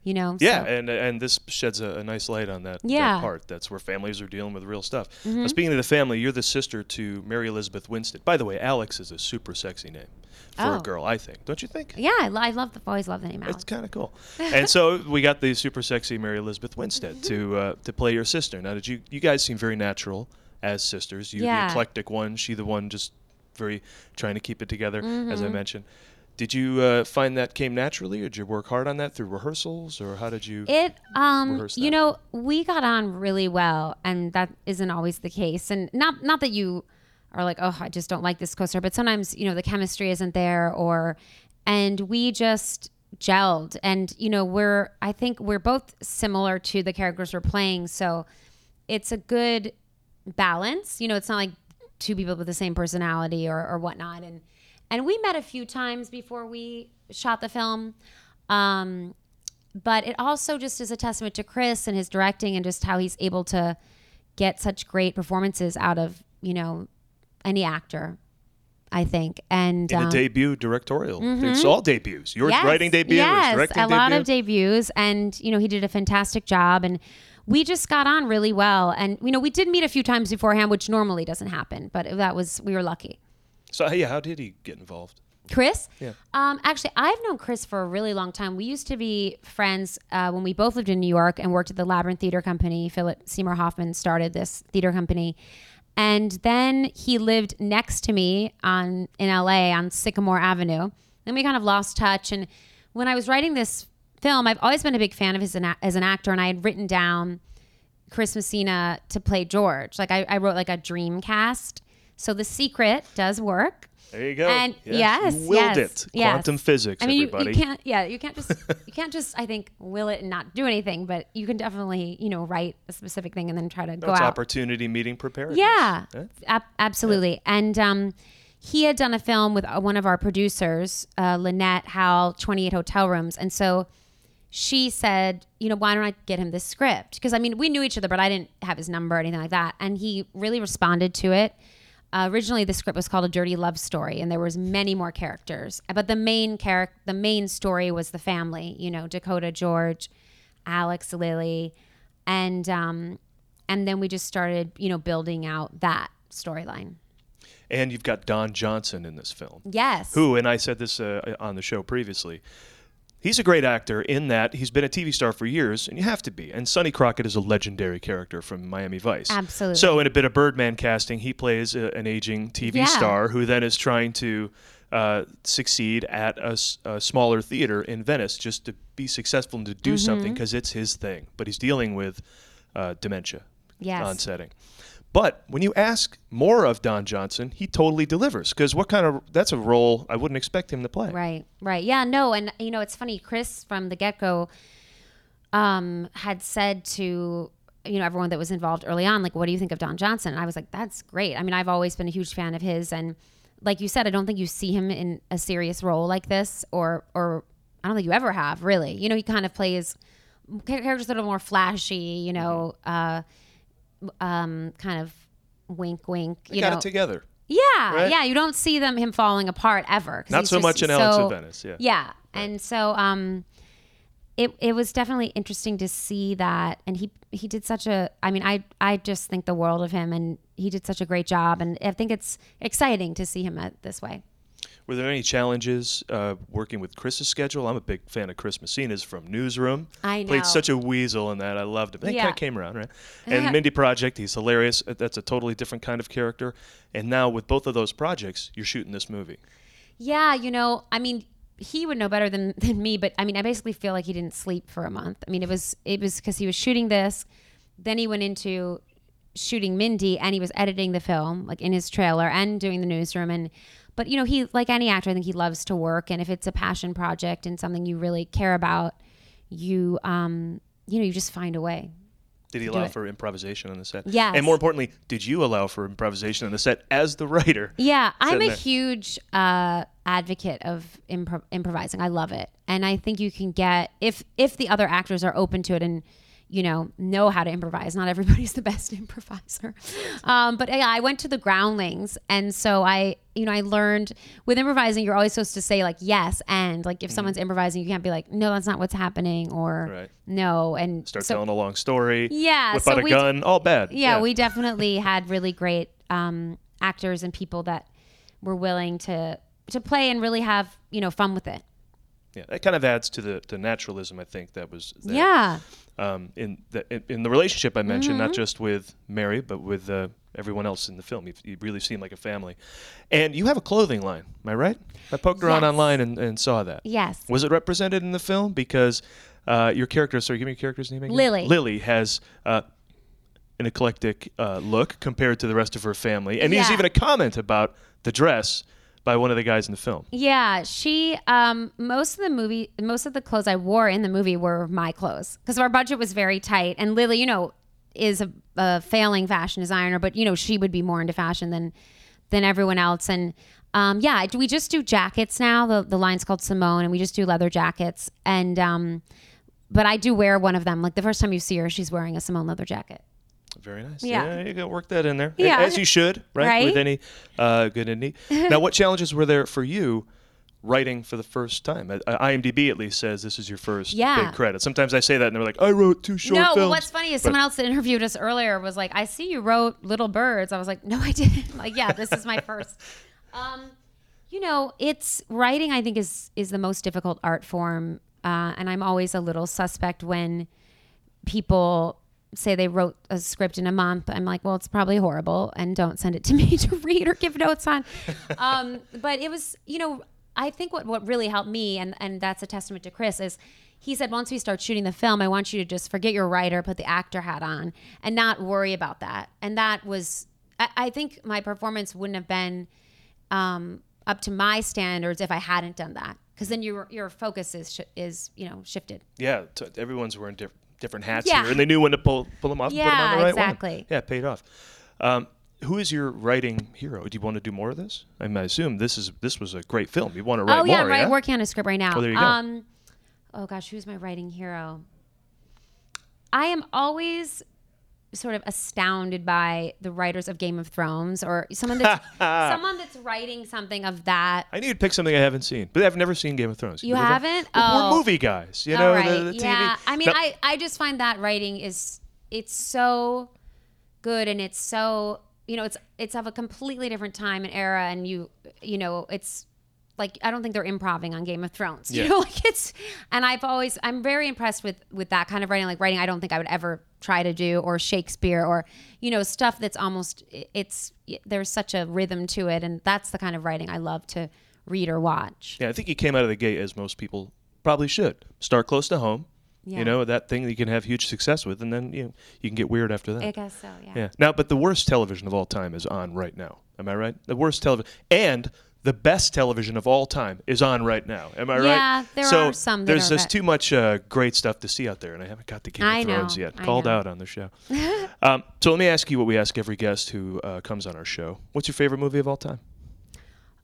Speaker 11: you know.
Speaker 3: Yeah,
Speaker 11: So-
Speaker 3: and and this sheds a, a nice light on that, that
Speaker 11: Yeah.
Speaker 3: part. That's where families are dealing with real stuff. Now,
Speaker 11: Mhm.
Speaker 3: speaking of the family, you're the sister to Mary Elizabeth Winston. By the way, Alex is a super sexy name for
Speaker 11: Oh.
Speaker 3: a girl, I think. Don't you think?
Speaker 11: yeah, I, lo- I love the always love the name. Alex.
Speaker 3: It's kind of cool. and so we got the super sexy Mary Elizabeth Winstead to
Speaker 11: Mm-hmm.
Speaker 3: uh, to play your sister. Now, did you you guys seem very natural as sisters? You
Speaker 11: Yeah.
Speaker 3: the eclectic one, she the one just very trying to keep it together, as I
Speaker 11: Mhm.
Speaker 3: mentioned. Did you uh, find that came naturally, or did you work hard on that through rehearsals, or how did you?
Speaker 11: It um
Speaker 3: rehearse
Speaker 11: you
Speaker 3: that?
Speaker 11: know, we got on really well and that isn't always the case. And not not that you are like, "Oh, I just don't like this coaster," but sometimes, you know, the chemistry isn't there or and we just gelled and you know, we're I think we're both similar to the characters we're playing, so it's a good balance. You know, it's not like two people with the same personality or, or whatnot. And and we met a few times before we shot the film. Um, but it also just is a testament to Chris and his directing and just how he's able to get such great performances out of, you know, any actor, I think. And
Speaker 3: in
Speaker 11: um,
Speaker 3: a debut directorial. It's
Speaker 11: Mhm.
Speaker 3: all debuts. Your
Speaker 11: Yes,
Speaker 3: writing debut, his
Speaker 11: yes,
Speaker 3: directing
Speaker 11: a lot
Speaker 3: debut.
Speaker 11: of debuts, and you know he did a fantastic job, and we just got on really well, and you know we did meet a few times beforehand, which normally doesn't happen, but that was we were lucky.
Speaker 3: so yeah, how did he get involved?
Speaker 11: Chris,
Speaker 3: Yeah.
Speaker 11: um, actually, I've known Chris for a really long time. We used to be friends uh, when we both lived in New York and worked at the Labyrinth Theater Company. Philip Seymour Hoffman started this theater company. And then he lived next to me on in LA on Sycamore Avenue. Then we kind of lost touch. And when I was writing this film, I've always been a big fan of his an a- as an actor, and I had written down Chris Messina to play George. Like I, I wrote like a dream cast. So The Secret does work.
Speaker 3: There you go.
Speaker 11: And yes,
Speaker 3: you willed
Speaker 11: yes,
Speaker 3: it.
Speaker 11: yes.
Speaker 3: Quantum physics,
Speaker 11: I mean, you-
Speaker 3: everybody.
Speaker 11: You, can't, yeah, you can't just, you can't just, I think, will it and not do anything. But you can definitely, you know, write a specific thing and then try to go
Speaker 3: That's
Speaker 11: out.
Speaker 3: opportunity meeting preparedness.
Speaker 11: Yeah,
Speaker 3: Huh?
Speaker 11: ab- absolutely. And um, he had done a film with uh, one of our producers, uh, Lynette Howell, 28 Hotel Rooms. And so she said, you know, why don't I get him this script? Because I mean, we knew each other, but I didn't have his number or anything like that. And he really responded to it. Uh, originally, the script was called A Dirty Love Story, and there was many more characters. But the main character, the main story was the family. You know, Dakota, George, Alex, Lily, and um, and then we just started, you know, building out that storyline.
Speaker 3: And you've got Don Johnson in this film.
Speaker 11: Yes.
Speaker 3: Who, and I said this uh, on the show previously, he's a great actor in that he's been a TV star for years, and you have to be. And Sonny Crockett is a legendary character from Miami Vice.
Speaker 11: Absolutely.
Speaker 3: So, in a bit of Birdman casting, he plays a, an aging TV
Speaker 11: Yeah.
Speaker 3: star who then is trying to uh, succeed at a, s- a smaller theater in Venice just to be successful and to do something
Speaker 11: Mhm.
Speaker 3: because it's his thing. But he's dealing with uh, dementia
Speaker 11: Yes.
Speaker 3: on setting. But when you ask more of Don Johnson, he totally delivers because what kind of that's a role I wouldn't expect him to play.
Speaker 11: Right, right. Yeah, no, and you know, it's funny, Chris from the get go um had said to you know everyone that was involved early on like what do you think of don johnson and i was like that's great i mean i've always been a huge fan of his and like you said i don't think you see him in a serious role like this or or i don't think you ever have really you know he kind of plays char- characters that are more flashy you know
Speaker 3: Mm-hmm.
Speaker 11: uh um kind of wink wink
Speaker 3: They
Speaker 11: you
Speaker 3: got
Speaker 11: know
Speaker 3: it together.
Speaker 11: yeah,
Speaker 3: Right?
Speaker 11: yeah. You don't see them him falling apart ever. 'cause
Speaker 3: Not
Speaker 11: he's
Speaker 3: so
Speaker 11: just
Speaker 3: much in Alex of Venice, yeah.
Speaker 11: Yeah, and so um, it it was definitely interesting to see that, and he he did such a. I mean, I I just think the world of him, and he did such a great job, and I think it's exciting to see him at this way.
Speaker 3: Were there any challenges uh, working with Chris's schedule? I'm a big fan of Chris Messina's from Newsroom.
Speaker 11: I know.
Speaker 3: Played such a weasel in that. I loved him. That
Speaker 11: Yeah.
Speaker 3: kind of came around, right? And Mindy Project, he's hilarious. Uh, That's a totally different kind of character. And now with both of those projects, you're shooting this movie.
Speaker 11: Yeah, you know, I mean, he would know better than, than me, but I mean, I basically feel like he didn't sleep for a month. I mean, it was it was because he was shooting this, then he went into shooting Mindy, and he was editing the film like in his trailer and doing the newsroom. And but you know, he like any actor, I think he loves to work, and if it's a passion project and something you really care about, you um you know you just find a way.
Speaker 3: Did he
Speaker 11: To do
Speaker 3: allow
Speaker 11: it.
Speaker 3: for improvisation on the set?
Speaker 11: Yes.
Speaker 3: And more importantly, did you allow for improvisation on the set as the writer?
Speaker 11: Yeah, I'm
Speaker 3: Sitting
Speaker 11: a
Speaker 3: there.
Speaker 11: huge uh, advocate of impro- improvising. I love it, and I think you can get if if the other actors are open to it, and you know, know how to improvise. Not everybody's the best improviser. Um, but yeah, I went to the groundlings. And so I, you know, I learned with improvising, you're always supposed to say like, yes. And like, if someone's improvising, you can't be like, no, that's not what's happening or
Speaker 3: Mm-hmm. Right.
Speaker 11: no. And
Speaker 3: Start
Speaker 11: so-
Speaker 3: telling a long story.
Speaker 11: Yeah,
Speaker 3: Whip
Speaker 11: so
Speaker 3: out a
Speaker 11: we-
Speaker 3: gun. All bad.
Speaker 11: yeah, we definitely had really great um, actors and people that were willing to to play and really have you know fun with it.
Speaker 3: Yeah, that kind of adds to the, the naturalism I think that was there.
Speaker 11: Yeah,
Speaker 3: um, in the in- in the relationship I mentioned,
Speaker 11: Mm-hmm.
Speaker 3: not just with Mary, but with uh, everyone else in the film. You, you really seem like a family, and you have a clothing line. Am I right? I poked around
Speaker 11: Yes.
Speaker 3: online and, and saw that.
Speaker 11: Yes.
Speaker 3: Was it represented in the film? Because uh, your character, sorry, give me your character's name again.
Speaker 11: Lily.
Speaker 3: Lily has. Uh, an eclectic uh, look compared to the rest of her family, and there's
Speaker 11: Yeah.
Speaker 3: even a comment about the dress by one of the guys in the film.
Speaker 11: yeah. She um, most of the movie, most of the clothes I wore in the movie were my clothes because our budget was very tight. And Lily, you know, is a, a failing fashion designer, but you know she would be more into fashion than than everyone else. And um, yeah, we just do jackets now. The the line's called Simone, and we just do leather jackets. And um, but I do wear one of them. Like the first time you see her, she's wearing a Simone leather jacket.
Speaker 3: Very nice.
Speaker 11: Yeah.
Speaker 3: Yeah, you got to work that in there.
Speaker 11: Yeah.
Speaker 3: As you should, right? With
Speaker 11: Right?
Speaker 3: any uh, good indie. now, what challenges were there for you writing for the first time? Uh, IMDb at least says this is your first
Speaker 11: Yeah.
Speaker 3: big credit. Sometimes I say that and they're like, I wrote two short
Speaker 11: no,
Speaker 3: films.
Speaker 11: but what's funny is someone else that interviewed us earlier was like, "I see you wrote Little Birds." I was like, "No, I didn't." Like, yeah, this is my first. Um, you know, it's writing. I think is is the most difficult art form, uh, and I'm always a little suspect when people say they wrote a script in a month. I'm like, well, it's probably horrible, and don't send it to me to read or give notes on. Um, but it was, you know, I think what what really helped me, and and that's a testament to Chris is. He said, once we start shooting the film, I want you to just forget your writer, put the actor hat on, and not worry about that. And that was, I, I think my performance wouldn't have been um, up to my standards if I hadn't done that. Because then your your focus is sh- is you know shifted.
Speaker 3: Yeah, t- everyone's wearing diff- different hats
Speaker 11: Yeah.
Speaker 3: here, and they knew when to pull, pull them off and put them on
Speaker 11: Yeah,
Speaker 3: the right one.
Speaker 11: exactly.
Speaker 3: Yeah, it paid off. Um, who is your writing hero? Do you want to do more of this? I, mean, I assume this is this was a great film. You want to write
Speaker 11: oh yeah,
Speaker 3: more,
Speaker 11: I'm right,
Speaker 3: yeah?
Speaker 11: working on a script right now.
Speaker 3: Oh, there you go.
Speaker 11: Um, oh gosh, who's my writing hero? I am always sort of astounded by the writers of Game of Thrones or someone that's someone that's writing something of that.
Speaker 3: I knew you'd pick something I haven't seen, but I've never seen Game of Thrones.
Speaker 11: You
Speaker 3: never-
Speaker 11: haven't?
Speaker 3: Well, We're
Speaker 11: Oh.
Speaker 3: movie guys, you
Speaker 11: All
Speaker 3: know.
Speaker 11: right.
Speaker 3: the- the TV.
Speaker 11: Yeah. I mean,
Speaker 3: No,
Speaker 11: I, I just find that writing is it's so good and it's so you know it's it's of a completely different time and era and you you know it's like I don't think they're improving on Game of Thrones.
Speaker 3: Yeah.
Speaker 11: You know, like it's and I've always I'm very impressed with with that kind of writing, like writing I don't think I would ever try to do or Shakespeare or you know stuff that's almost it's there's such a rhythm to it and that's the kind of writing I love to read or watch.
Speaker 3: Yeah, I think he came out of the gate as most people probably should. Start close to home.
Speaker 11: Yeah.
Speaker 3: You know, that thing that you can have huge success with, and then you know, you can get weird after that.
Speaker 11: I guess so, yeah.
Speaker 3: Yeah. Now, but the worst television of all time is on right now. Am I right? The worst television and the best television of all time is on right now. Am I right?
Speaker 11: Yeah, there
Speaker 3: so
Speaker 11: are some that
Speaker 3: There's
Speaker 11: are
Speaker 3: just
Speaker 11: bet-
Speaker 3: too much uh, great stuff to see out there, and I haven't got the Game
Speaker 11: I
Speaker 3: of
Speaker 11: know,
Speaker 3: Thrones yet.
Speaker 11: I
Speaker 3: Called
Speaker 11: know.
Speaker 3: out on the show. um, so let me ask you what we ask every guest who uh, comes on our show. What's your favorite movie of all time?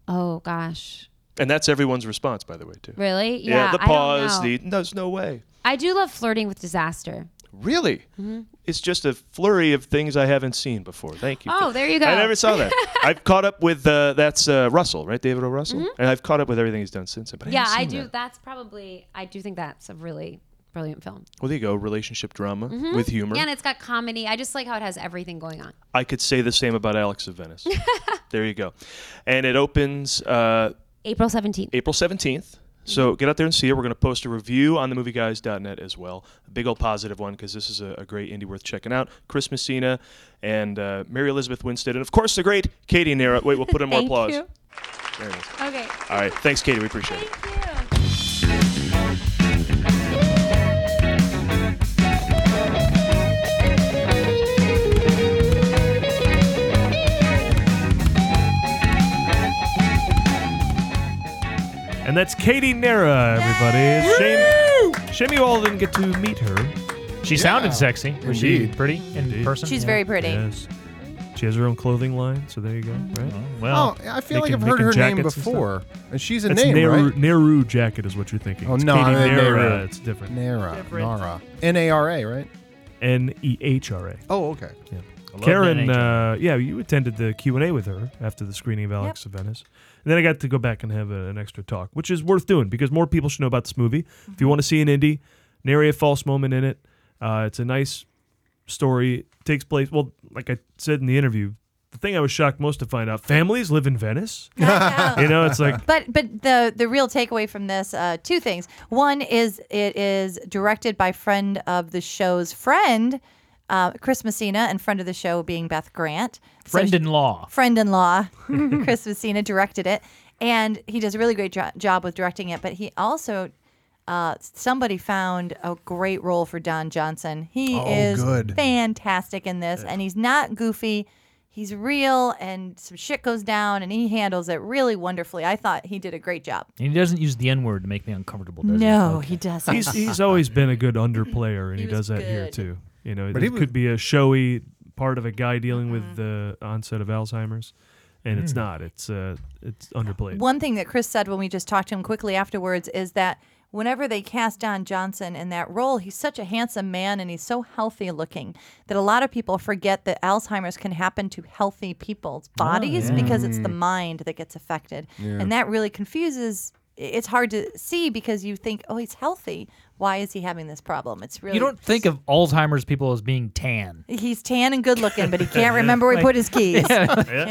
Speaker 11: Oh gosh.
Speaker 3: And that's everyone's response, by the way, too.
Speaker 11: Really?
Speaker 3: Yeah, the
Speaker 11: I don't
Speaker 3: pause,
Speaker 11: know.
Speaker 3: the there's no way.
Speaker 11: I do love flirting with disaster.
Speaker 3: Really?
Speaker 11: Mm-hmm.
Speaker 3: It's just a flurry of things I haven't seen before. Thank you.
Speaker 11: Oh, there you go.
Speaker 3: I never saw that. I've caught up with uh, that's uh, Russell, right? David O. Russell. And I've caught up with everything he's done since then. But I
Speaker 11: Mm-hmm. yeah,
Speaker 3: haven't
Speaker 11: I
Speaker 3: seen
Speaker 11: do.
Speaker 3: that.
Speaker 11: That's probably. I do think that's a really brilliant film.
Speaker 3: Well, there you go. Relationship drama with humor.
Speaker 11: Yeah, Mm-hmm. and it's got comedy. I just like how it has everything going on.
Speaker 3: I could say the same about Alex of Venice. there you go. And it opens uh,
Speaker 11: April seventeenth.
Speaker 3: April 17th.
Speaker 11: Mm-hmm.
Speaker 3: So get out there and see it. We're going to post a review on the movieguys.net as well. A big old positive one because this is a, a great indie worth checking out. Chris Messina and uh, Mary Elizabeth Winstead. And of course, the great Katie Nera. Wait, we'll put in more
Speaker 11: Thank
Speaker 3: applause.
Speaker 11: you.
Speaker 3: There it is.
Speaker 11: Okay.
Speaker 3: All right. Thanks, Katie. We appreciate it.
Speaker 12: And that's Katie Nera, everybody. It's Shame, shame you all didn't get to meet her.
Speaker 5: She sounded sexy. Was she
Speaker 12: Indeed.
Speaker 5: pretty in
Speaker 12: Indeed.
Speaker 5: person?
Speaker 6: She's
Speaker 5: Yeah.
Speaker 6: very pretty.
Speaker 12: Yes. She has her own clothing line, so there you go. Right?
Speaker 5: Well,
Speaker 4: oh, I feel like
Speaker 12: making-
Speaker 4: I've heard
Speaker 12: making
Speaker 4: her name
Speaker 12: jackets and stuff.
Speaker 4: before, and, she's a
Speaker 12: That's
Speaker 4: name,
Speaker 12: Nehru,
Speaker 4: right?
Speaker 12: Nehru jacket is what you're thinking.
Speaker 4: Oh
Speaker 12: it's
Speaker 4: no,
Speaker 3: Uh,
Speaker 12: Katie
Speaker 4: I mean,
Speaker 12: Nera.
Speaker 4: Nehru.
Speaker 12: It's different.
Speaker 4: Nara, Nara, N A R A, right?
Speaker 3: N E H R A.
Speaker 4: Oh, okay.
Speaker 3: Yeah.
Speaker 5: love
Speaker 4: E
Speaker 3: Karen,
Speaker 5: that
Speaker 3: uh, yeah, you attended the Q and A with her after the screening of Alex of Venice, and then I got to go back and have a, an extra talk, which is worth doing because more people should know about this movie. If you want to see an indie, nary a false moment in it. Uh, it's a nice story. takes place. Well, like I said in the interview, the thing I was shocked most to find out: families live in Venice. you know, it's like
Speaker 6: But but the the real takeaway from this uh, two things. One is it is directed by friend of the show's friend, uh, Chris Messina, and friend of the show being Beth Grant. So
Speaker 5: Friend in law.
Speaker 6: friend in law, Chris Messina, directed it. And he does a really great jo- job with directing it. But he also, uh, somebody found a great role for Don Johnson. He
Speaker 4: Oh,
Speaker 6: is
Speaker 4: good.
Speaker 6: fantastic in this. And he's not goofy, he's real, and some shit goes down, and he handles it really wonderfully. I thought he did a great job.
Speaker 5: And he doesn't use the N word to make me uncomfortable, does he?
Speaker 6: No,
Speaker 5: Okay.
Speaker 6: he doesn't.
Speaker 3: he's he's always been a good underplayer, and he,
Speaker 6: He was
Speaker 3: does that here
Speaker 6: good.
Speaker 3: too. You know,
Speaker 4: But
Speaker 3: it
Speaker 4: he was-
Speaker 3: could be a showy part of a guy dealing
Speaker 6: Uh-huh.
Speaker 3: with the onset of Alzheimer's, and
Speaker 4: Hmm.
Speaker 3: it's not. It's uh, it's underplayed.
Speaker 6: One thing that Chris said when we just talked to him quickly afterwards is that whenever they cast Don Johnson in that role, he's such a handsome man and he's so healthy looking that a lot of people forget that Alzheimer's can happen to healthy people's bodies because it's the mind that gets affected. And that really confuses it's hard to see because you think, "Oh, he's healthy. Why is he having this problem?" It's really
Speaker 5: You don't think of Alzheimer's people as being tan.
Speaker 6: He's tan and good looking, but he can't remember where he put his keys. You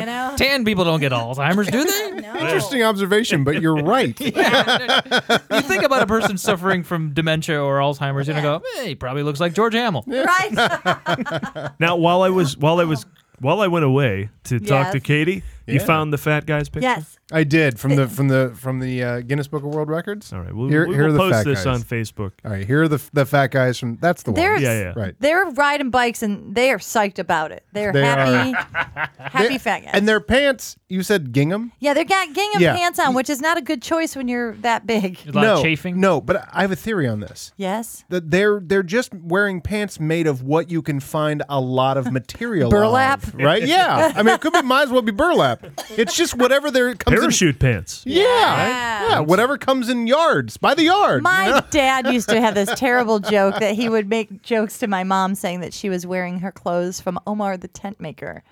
Speaker 6: know?
Speaker 5: Tan people don't get Alzheimer's, do they?
Speaker 6: No.
Speaker 4: Interesting observation, but you're right.
Speaker 5: You think about a person suffering from dementia or Alzheimer's, you're gonna go, hey, he probably looks like George Hamill.
Speaker 6: Right.
Speaker 3: Now, while I was while I was while I went away to talk to
Speaker 6: Yes.
Speaker 3: Katie, you
Speaker 4: Yeah.
Speaker 3: found the fat guy's picture.
Speaker 6: yes.
Speaker 4: I did from the from the from the uh, Guinness Book of World Records.
Speaker 3: All right, we'll,
Speaker 4: Here-
Speaker 3: we
Speaker 4: here are
Speaker 3: will
Speaker 4: the
Speaker 3: post
Speaker 4: fat
Speaker 3: this
Speaker 4: guys.
Speaker 3: on Facebook.
Speaker 4: All right, here are the the fat guys from. That's the one.
Speaker 6: There's
Speaker 3: Yeah, yeah.
Speaker 4: right.
Speaker 6: They're riding bikes and they are psyched about it. They're
Speaker 4: They
Speaker 6: happy, happy faggots.
Speaker 4: And their pants. You said gingham.
Speaker 6: yeah, they got gingham
Speaker 4: Yeah.
Speaker 6: pants on, which is not a good choice when you're that big.
Speaker 5: A lot
Speaker 4: no
Speaker 5: of chafing.
Speaker 4: No, but I have a theory on this.
Speaker 6: Yes,
Speaker 4: That they're they're just wearing pants made of what you can find a lot of material.
Speaker 6: Burlap?
Speaker 4: of, right? Yeah. I mean, it could be might as well be burlap. It's just whatever there comes. In,
Speaker 3: Parachute pants.
Speaker 4: yeah. Yeah. Whatever comes in yards by the yard.
Speaker 6: my dad used to have this terrible joke that he would make jokes to my mom saying that she was wearing her clothes from Omar the Tent Maker.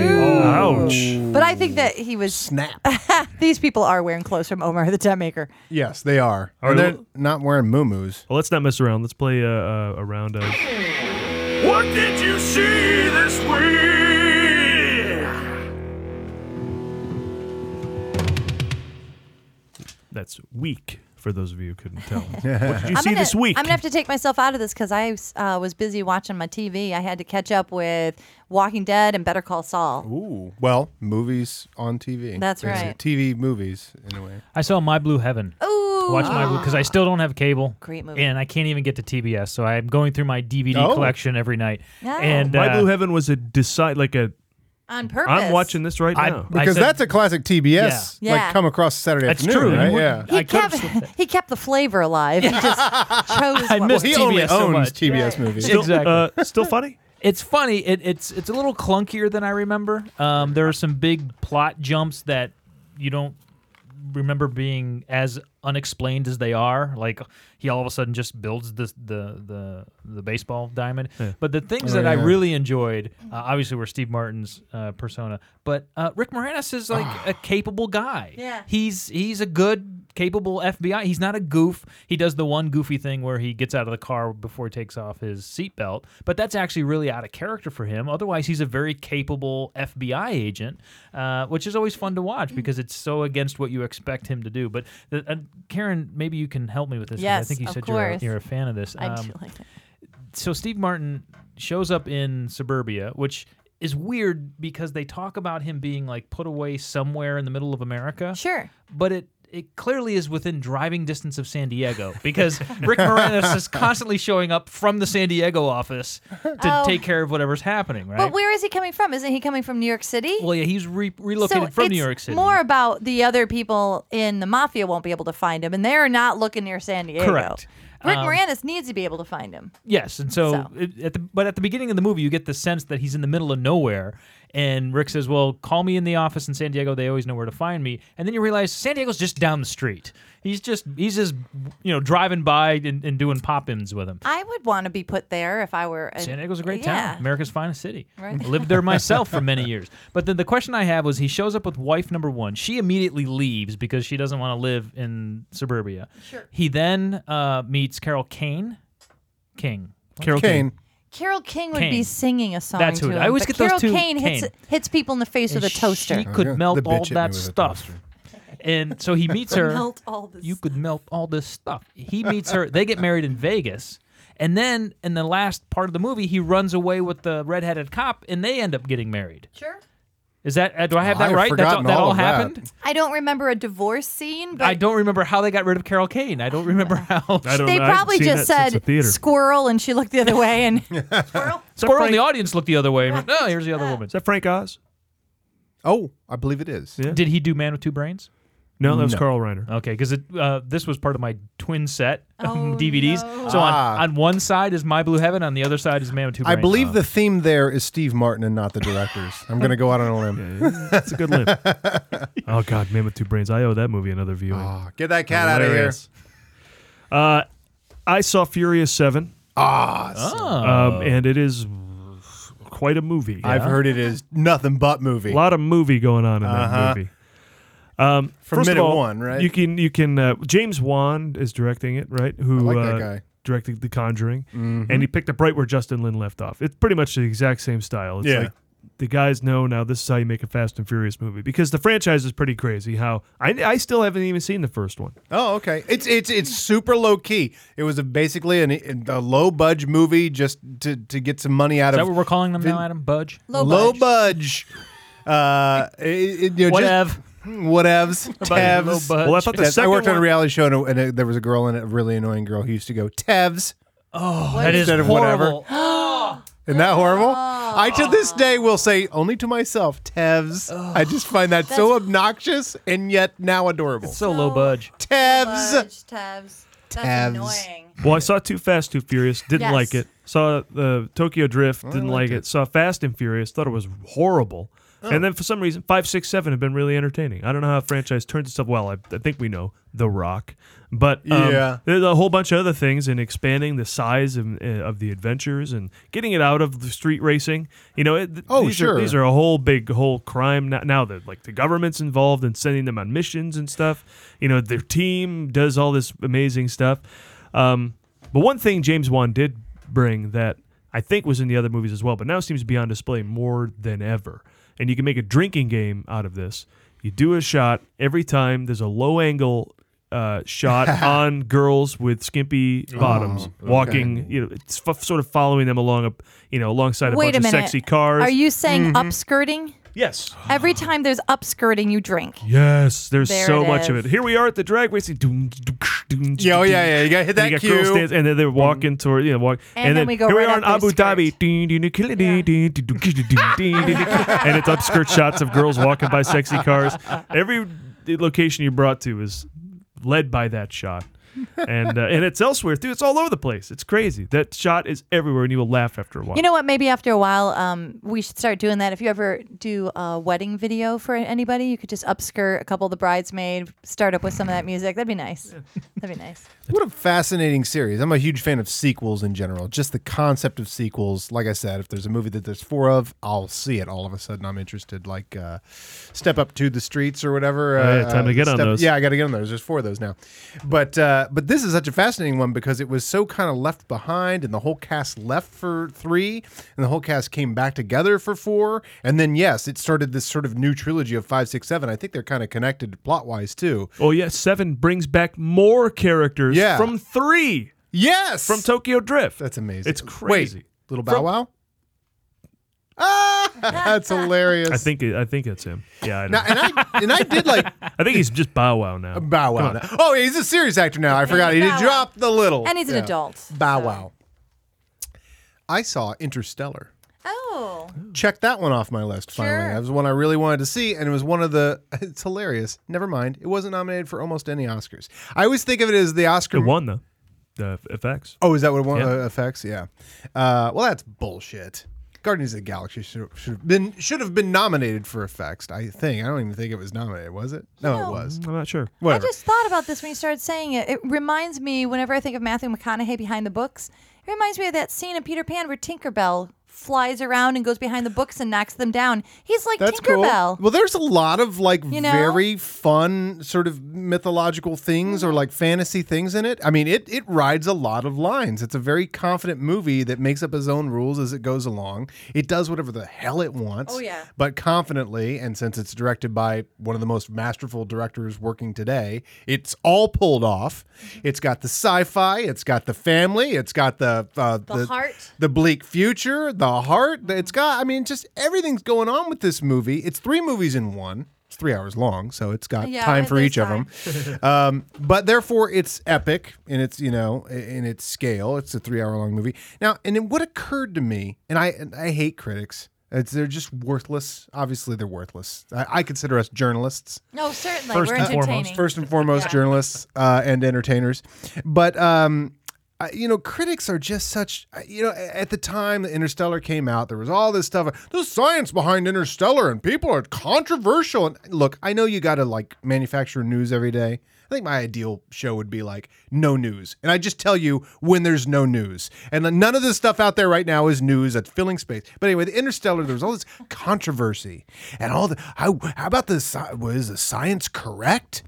Speaker 3: Ouch.
Speaker 6: But I think that he was.
Speaker 4: Snap.
Speaker 6: These people are wearing clothes from Omar the Tent Maker.
Speaker 4: yes, they are.
Speaker 3: All
Speaker 4: and
Speaker 3: right,
Speaker 4: they're not wearing muumuus.
Speaker 3: Well, let's not mess around. Let's play a, a, a round of.
Speaker 8: What did you see this week?
Speaker 3: That's weak for those of you who couldn't tell. what did you see this week?
Speaker 6: I'm gonna have to take myself out of this because I uh, was busy watching my TV. I had to catch up with Walking Dead and Better Call Saul.
Speaker 4: Ooh. Well, movies on TV.
Speaker 6: That's
Speaker 4: There's
Speaker 6: right.
Speaker 4: TV movies in a way.
Speaker 5: I saw My Blue Heaven.
Speaker 6: Ooh.
Speaker 5: Watch My Blue because I still don't have cable.
Speaker 6: Great movie.
Speaker 5: And I can't even get to TBS, so I'm going through my DVD
Speaker 4: Oh.
Speaker 5: collection every night.
Speaker 6: Yeah.
Speaker 5: And
Speaker 3: My
Speaker 5: uh,
Speaker 3: Blue Heaven was a decide like a.
Speaker 6: on purpose.
Speaker 3: I'm watching this right
Speaker 5: I-
Speaker 3: now.
Speaker 5: I
Speaker 4: Because
Speaker 5: said-
Speaker 4: that's a classic TBS,
Speaker 6: Yeah.
Speaker 4: like
Speaker 6: Yeah.
Speaker 4: come across Saturday
Speaker 5: That's
Speaker 4: afternoon,
Speaker 5: true.
Speaker 4: right?
Speaker 5: You
Speaker 4: Yeah.
Speaker 5: wouldn't-
Speaker 6: He
Speaker 5: I could've
Speaker 6: kept he kept the flavor alive. He just chose.
Speaker 5: I
Speaker 6: what
Speaker 5: missed
Speaker 6: was-
Speaker 4: He only
Speaker 5: TBS so
Speaker 4: owns
Speaker 5: much.
Speaker 4: TBS movies.
Speaker 3: still,
Speaker 5: Exactly.
Speaker 3: uh, still funny.
Speaker 5: it's funny. It, it's it's a little clunkier than I remember. Um, there are some big plot jumps that you don't remember being as unexplained as they are. Like he all of a sudden just builds this, the the the baseball diamond. But the things that I
Speaker 4: yeah.
Speaker 5: really enjoyed, uh, obviously, were Steve Martin's uh, persona. But uh, Rick Moranis is like a capable guy.
Speaker 6: Yeah.
Speaker 5: he's he's a good capable FBI. He's not a goof. He does the one goofy thing where he gets out of the car before he takes off his seatbelt, but that's actually really out of character for him. Otherwise, he's a very capable FBI agent, uh, which is always fun to watch because it's so against what you expect him to do. But the, uh, Karen, maybe you can help me with this. 'cause I
Speaker 6: Yes,
Speaker 5: think you
Speaker 6: of
Speaker 5: said you're a,
Speaker 6: course.
Speaker 5: you're a fan of this.
Speaker 6: I
Speaker 5: Um,
Speaker 6: do like it.
Speaker 5: so Steve Martin shows up in suburbia, which is weird because they talk about him being like put away somewhere in the middle of America
Speaker 6: Sure.
Speaker 5: but it it clearly is within driving distance of San Diego because Rick Moranis is constantly showing up from the San Diego office to
Speaker 6: Oh.
Speaker 5: take care of whatever's happening, right?
Speaker 6: But where is he coming from? Isn't he coming from New York City?
Speaker 5: well, yeah, he's re-
Speaker 6: so
Speaker 5: relocated from New
Speaker 6: it's
Speaker 5: York City.
Speaker 6: More about the other people in the mafia won't be able to find him, and they're not looking near San Diego.
Speaker 5: Correct.
Speaker 6: Rick
Speaker 5: Um,
Speaker 6: Moranis needs to be able to find him.
Speaker 5: yes, and so,
Speaker 6: So.
Speaker 5: it- at the, but at the beginning of the movie, you get the sense that he's in the middle of nowhere, And Rick says, Well, call me in the office in San Diego. They always know where to find me. And then you realize San Diego's just down the street. He's just, he's just, you know, driving by and, and doing pop ins with him.
Speaker 6: I would want to be put there if I were. A,
Speaker 5: San Diego's a great
Speaker 6: yeah.
Speaker 5: town, America's finest city.
Speaker 6: Right.
Speaker 5: Lived there myself for many years. But then the question I have was he shows up with wife number one. She immediately leaves because she doesn't want to live in suburbia. Sure. He then uh, meets Carol Kane. King. Carol
Speaker 4: Kane.
Speaker 6: Carol King would be
Speaker 5: Kane.
Speaker 6: singing a song
Speaker 5: That's
Speaker 6: to
Speaker 5: who it-
Speaker 6: him.
Speaker 5: I always
Speaker 6: but
Speaker 5: get those
Speaker 6: Carol
Speaker 5: two,
Speaker 6: Kane,
Speaker 5: Kane.
Speaker 6: hits hits people in the face with a toaster.
Speaker 5: She could
Speaker 4: yeah.
Speaker 5: melt
Speaker 4: The bitch
Speaker 5: all
Speaker 4: hit me
Speaker 5: that
Speaker 4: with a
Speaker 5: stuff. And so he meets her.
Speaker 6: Melt all this
Speaker 5: you could melt all this stuff. He meets her. They get married in Vegas. And then in the last part of the movie, he runs away with the redheaded cop and they end up getting married.
Speaker 6: Sure.
Speaker 5: Is that, uh, do I have
Speaker 4: Oh, I
Speaker 5: that
Speaker 4: have
Speaker 5: right? That's all,
Speaker 4: forgotten
Speaker 5: that
Speaker 4: all
Speaker 5: all
Speaker 4: of that.
Speaker 5: happened?
Speaker 6: I don't remember a divorce scene, but
Speaker 5: I don't remember how they got rid of Carol Kane. I don't remember how.
Speaker 3: I don't
Speaker 6: they
Speaker 3: know. I haven't
Speaker 6: probably
Speaker 3: seen
Speaker 6: just
Speaker 3: that since the
Speaker 6: said
Speaker 3: theater.
Speaker 6: squirrel, and she looked the other way. And squirrel.
Speaker 5: Squirrel in the audience looked the other way and went, oh, here's the other woman.
Speaker 3: Is that Frank Oz?
Speaker 4: Oh, I believe it is.
Speaker 3: Yeah.
Speaker 5: Did he do Man with Two Brains?
Speaker 3: No, that was
Speaker 4: No.
Speaker 3: Carl Reiner.
Speaker 5: Okay, because uh, this was part of my twin set of
Speaker 6: Oh,
Speaker 5: DVDs.
Speaker 6: no.
Speaker 5: So
Speaker 4: Ah.
Speaker 5: on, on one side is My Blue Heaven, on the other side is Man with Two
Speaker 4: I
Speaker 5: Brains.
Speaker 4: believe
Speaker 5: Oh.
Speaker 4: the theme there is Steve Martin and not the directors. I'm going to go out on a limb.
Speaker 3: That's a good limp. oh God, Man with Two Brains. I owe that movie another viewing.
Speaker 4: Ah, get that cat out of here.
Speaker 3: Hilarious. Uh, I saw Furious Seven,
Speaker 5: Oh.
Speaker 3: um, and it is quite a movie.
Speaker 4: I've heard it is nothing but movie.
Speaker 3: a lot of movie going on in
Speaker 4: Uh-huh.
Speaker 3: that movie. Um,
Speaker 4: From
Speaker 3: first
Speaker 4: minute
Speaker 3: of all,
Speaker 4: one, right?
Speaker 3: You can you can uh, James Wan is directing it, right? Who
Speaker 4: I like that
Speaker 3: uh,
Speaker 4: guy. Mm-hmm.
Speaker 3: directed The Conjuring, and he picked up right where Justin Lin left off. It's pretty much the exact same style. It's
Speaker 4: Yeah.
Speaker 3: like the guys know now this is how you make a Fast and Furious movie because the franchise is pretty crazy. How I I still haven't even seen the first one.
Speaker 4: Oh, okay. It's it's it's super low key. It was a, basically an, a low budge movie just to, to get some money out
Speaker 5: Is that
Speaker 4: of
Speaker 5: what we're calling them now, Adam? Budge?
Speaker 6: Low
Speaker 4: low
Speaker 6: budge.
Speaker 4: budge. Uh, it, it, you know,
Speaker 5: Whatev.
Speaker 4: just- Whatevs.
Speaker 5: Low
Speaker 4: Tevs.
Speaker 5: budge.
Speaker 3: Well, I thought the
Speaker 4: Tevs. I
Speaker 3: second
Speaker 4: worked on a
Speaker 3: one-
Speaker 4: reality show and, a, and a, there was a girl in it, a really annoying girl who used to go Tevs.
Speaker 5: that is
Speaker 4: instead of
Speaker 5: horrible.
Speaker 4: Isn't that horrible? I to this day will say only to myself Tevs. I just find that so obnoxious and yet now adorable.
Speaker 5: So low budge.
Speaker 4: Tevs.
Speaker 6: Fudge, Tevs. That's
Speaker 4: Tevs.
Speaker 6: annoying.
Speaker 3: Well, I saw Too Fast, Too Furious. Didn't
Speaker 6: Yes.
Speaker 3: like it. Saw uh, Tokyo Drift.
Speaker 4: Oh,
Speaker 3: Didn't like it. Saw Fast and Furious. Thought it was horrible.
Speaker 4: Oh.
Speaker 3: And then for some reason, five, six, seven have been really entertaining. I don't know how a franchise turns itself. Well, I, I think we know The Rock, but um,
Speaker 4: Yeah.
Speaker 3: there's a whole bunch of other things in expanding the size of, uh, of the adventures and getting it out of the street racing. You know, it, th-
Speaker 4: Oh,
Speaker 3: these
Speaker 4: sure.
Speaker 3: are, these are a whole big whole crime now. Now that like the government's involved in sending them on missions and stuff. You know, their team does all this amazing stuff. Um, but one thing James Wan did bring that I think was in the other movies as well, but now seems to be on display more than ever. And you can make a drinking game out of this. You do a shot every time. There's a low angle uh, shot on girls with skimpy bottoms walking. You know, it's f- sort of following them along a, you know, alongside a
Speaker 6: Wait a
Speaker 3: bunch
Speaker 6: minute.
Speaker 3: of sexy cars.
Speaker 6: Are you saying upskirting?
Speaker 3: yes.
Speaker 6: Every time there's upskirting, you drink.
Speaker 3: Yes, there's
Speaker 6: There
Speaker 3: so
Speaker 6: it
Speaker 3: much of
Speaker 6: is.
Speaker 3: it. Here we are at the drag racing. Doom, doom, doom,
Speaker 4: Yo,
Speaker 3: doom.
Speaker 4: yeah, yeah. You gotta hit that
Speaker 3: you got
Speaker 4: cue.
Speaker 3: girls dance, and then they're walking toward you know walk,
Speaker 6: And then we go
Speaker 3: here we
Speaker 6: right
Speaker 3: are
Speaker 6: up
Speaker 3: in
Speaker 6: their
Speaker 3: Abu
Speaker 6: skirt.
Speaker 3: Dhabi, Ding, ding, ding, killing, ding, ding, ding, ding, ding, ding, ding, ding, and it's upskirt shots of girls walking by sexy cars. Every location you brought to is led by that shot. and uh, and it's elsewhere too. It's all over the place. It's crazy. That shot is everywhere, and you will laugh after a while.
Speaker 6: You know what? Maybe after a while, um, we should start doing that. If you ever do a wedding video for anybody, you could just upskirt a couple of the bridesmaids, start up with some of that music. That'd be nice. That'd be nice.
Speaker 4: What a fascinating series. I'm a huge fan of sequels in general. Just the concept of sequels. Like I said, if there's a movie that there's four of, I'll see it all of a sudden. I'm interested. Like uh, Step Up to the Streets or whatever.
Speaker 3: Oh,
Speaker 4: uh,
Speaker 3: yeah, time to
Speaker 4: uh,
Speaker 3: get on
Speaker 4: Step-
Speaker 3: those.
Speaker 4: Yeah, I got to get on those. There's four of those now. But uh, but this is such a fascinating one because it was so kind of left behind and the whole cast left for three and the whole cast came back together for four. And then, yes, it started this sort of new trilogy of five, six, seven. I think they're kind of connected plot wise too.
Speaker 3: oh yeah, seven brings back more characters
Speaker 4: Yeah.
Speaker 3: from three
Speaker 4: Yes.
Speaker 3: from Tokyo Drift.
Speaker 4: That's amazing.
Speaker 3: It's crazy.
Speaker 4: Wait, little Bow Wow. Ah, that's hilarious.
Speaker 3: I think it, I think it's him. Yeah, I know.
Speaker 4: Now, and I and I did like
Speaker 3: I think he's just Bow Wow now.
Speaker 4: Bow Wow. now. Oh, he's a serious actor now. I forgot. He
Speaker 6: Bow
Speaker 4: did
Speaker 6: Wow.
Speaker 4: drop the little.
Speaker 6: And he's an
Speaker 4: Yeah.
Speaker 6: adult.
Speaker 4: Bow
Speaker 6: so-
Speaker 4: Wow. I saw Interstellar.
Speaker 6: Oh,
Speaker 4: Check that one off my list finally.
Speaker 6: Sure.
Speaker 4: That was one I really wanted to see, and it was one of the. It's hilarious. Never mind. It wasn't nominated for almost any Oscars. I always think of it as the Oscar.
Speaker 3: It won though. The effects.
Speaker 4: Oh, is that what it won?
Speaker 3: Yeah.
Speaker 4: Uh, effects? Yeah. Uh, well, that's bullshit. Guardians of the Galaxy should should have been should have been nominated for effects. I think I don't even think it was nominated. Was it? No, it was.
Speaker 3: I'm not sure.
Speaker 4: Whatever.
Speaker 6: I just thought about this when you started saying it. It reminds me, whenever I think of Matthew McConaughey behind the books, it reminds me of that scene in Peter Pan where Tinkerbell flies around and goes behind the books and knocks them down. He's like
Speaker 4: That's cool.
Speaker 6: Tinkerbell.
Speaker 4: Well, there's a lot of like
Speaker 6: You know?
Speaker 4: very fun sort of mythological things
Speaker 6: Mm-hmm.
Speaker 4: or like fantasy things in it. I mean, it it rides a lot of lines. It's a very confident movie that makes up its own rules as it goes along. It does whatever the hell it wants.
Speaker 6: Oh, yeah.
Speaker 4: But confidently, and since it's directed by one of the most masterful directors working today, it's all pulled off.
Speaker 6: Mm-hmm.
Speaker 4: It's got the sci-fi, it's got the family, it's got the uh,
Speaker 6: The heart.
Speaker 4: the bleak future, the heart. the- It's got, I mean, just everything's going on with this movie. It's three movies in one. It's three hours long, so it's got
Speaker 6: Yeah,
Speaker 4: time
Speaker 6: it
Speaker 4: for
Speaker 6: is
Speaker 4: each of them. um, but therefore, it's epic in its, you know, i- in its scale. It's a three-hour-long movie. Now, and then what occurred to me, and I, and I hate critics. It's, they're just worthless. Obviously, they're worthless. I, I consider us journalists
Speaker 6: No, certainly.
Speaker 5: First
Speaker 6: We're
Speaker 5: and foremost.
Speaker 6: entertaining.
Speaker 4: first and foremost journalists uh, and entertainers but um I, you know critics are just such you know at the time that interstellar came out there was all this stuff the science behind interstellar and people are controversial and look i know you gotta like manufacture news every day i think my ideal show would be like no news and i just tell you when there's no news and then none of this stuff out there right now is news that's filling space but anyway the interstellar there was all this controversy and all the how, how about the sci- was the science correct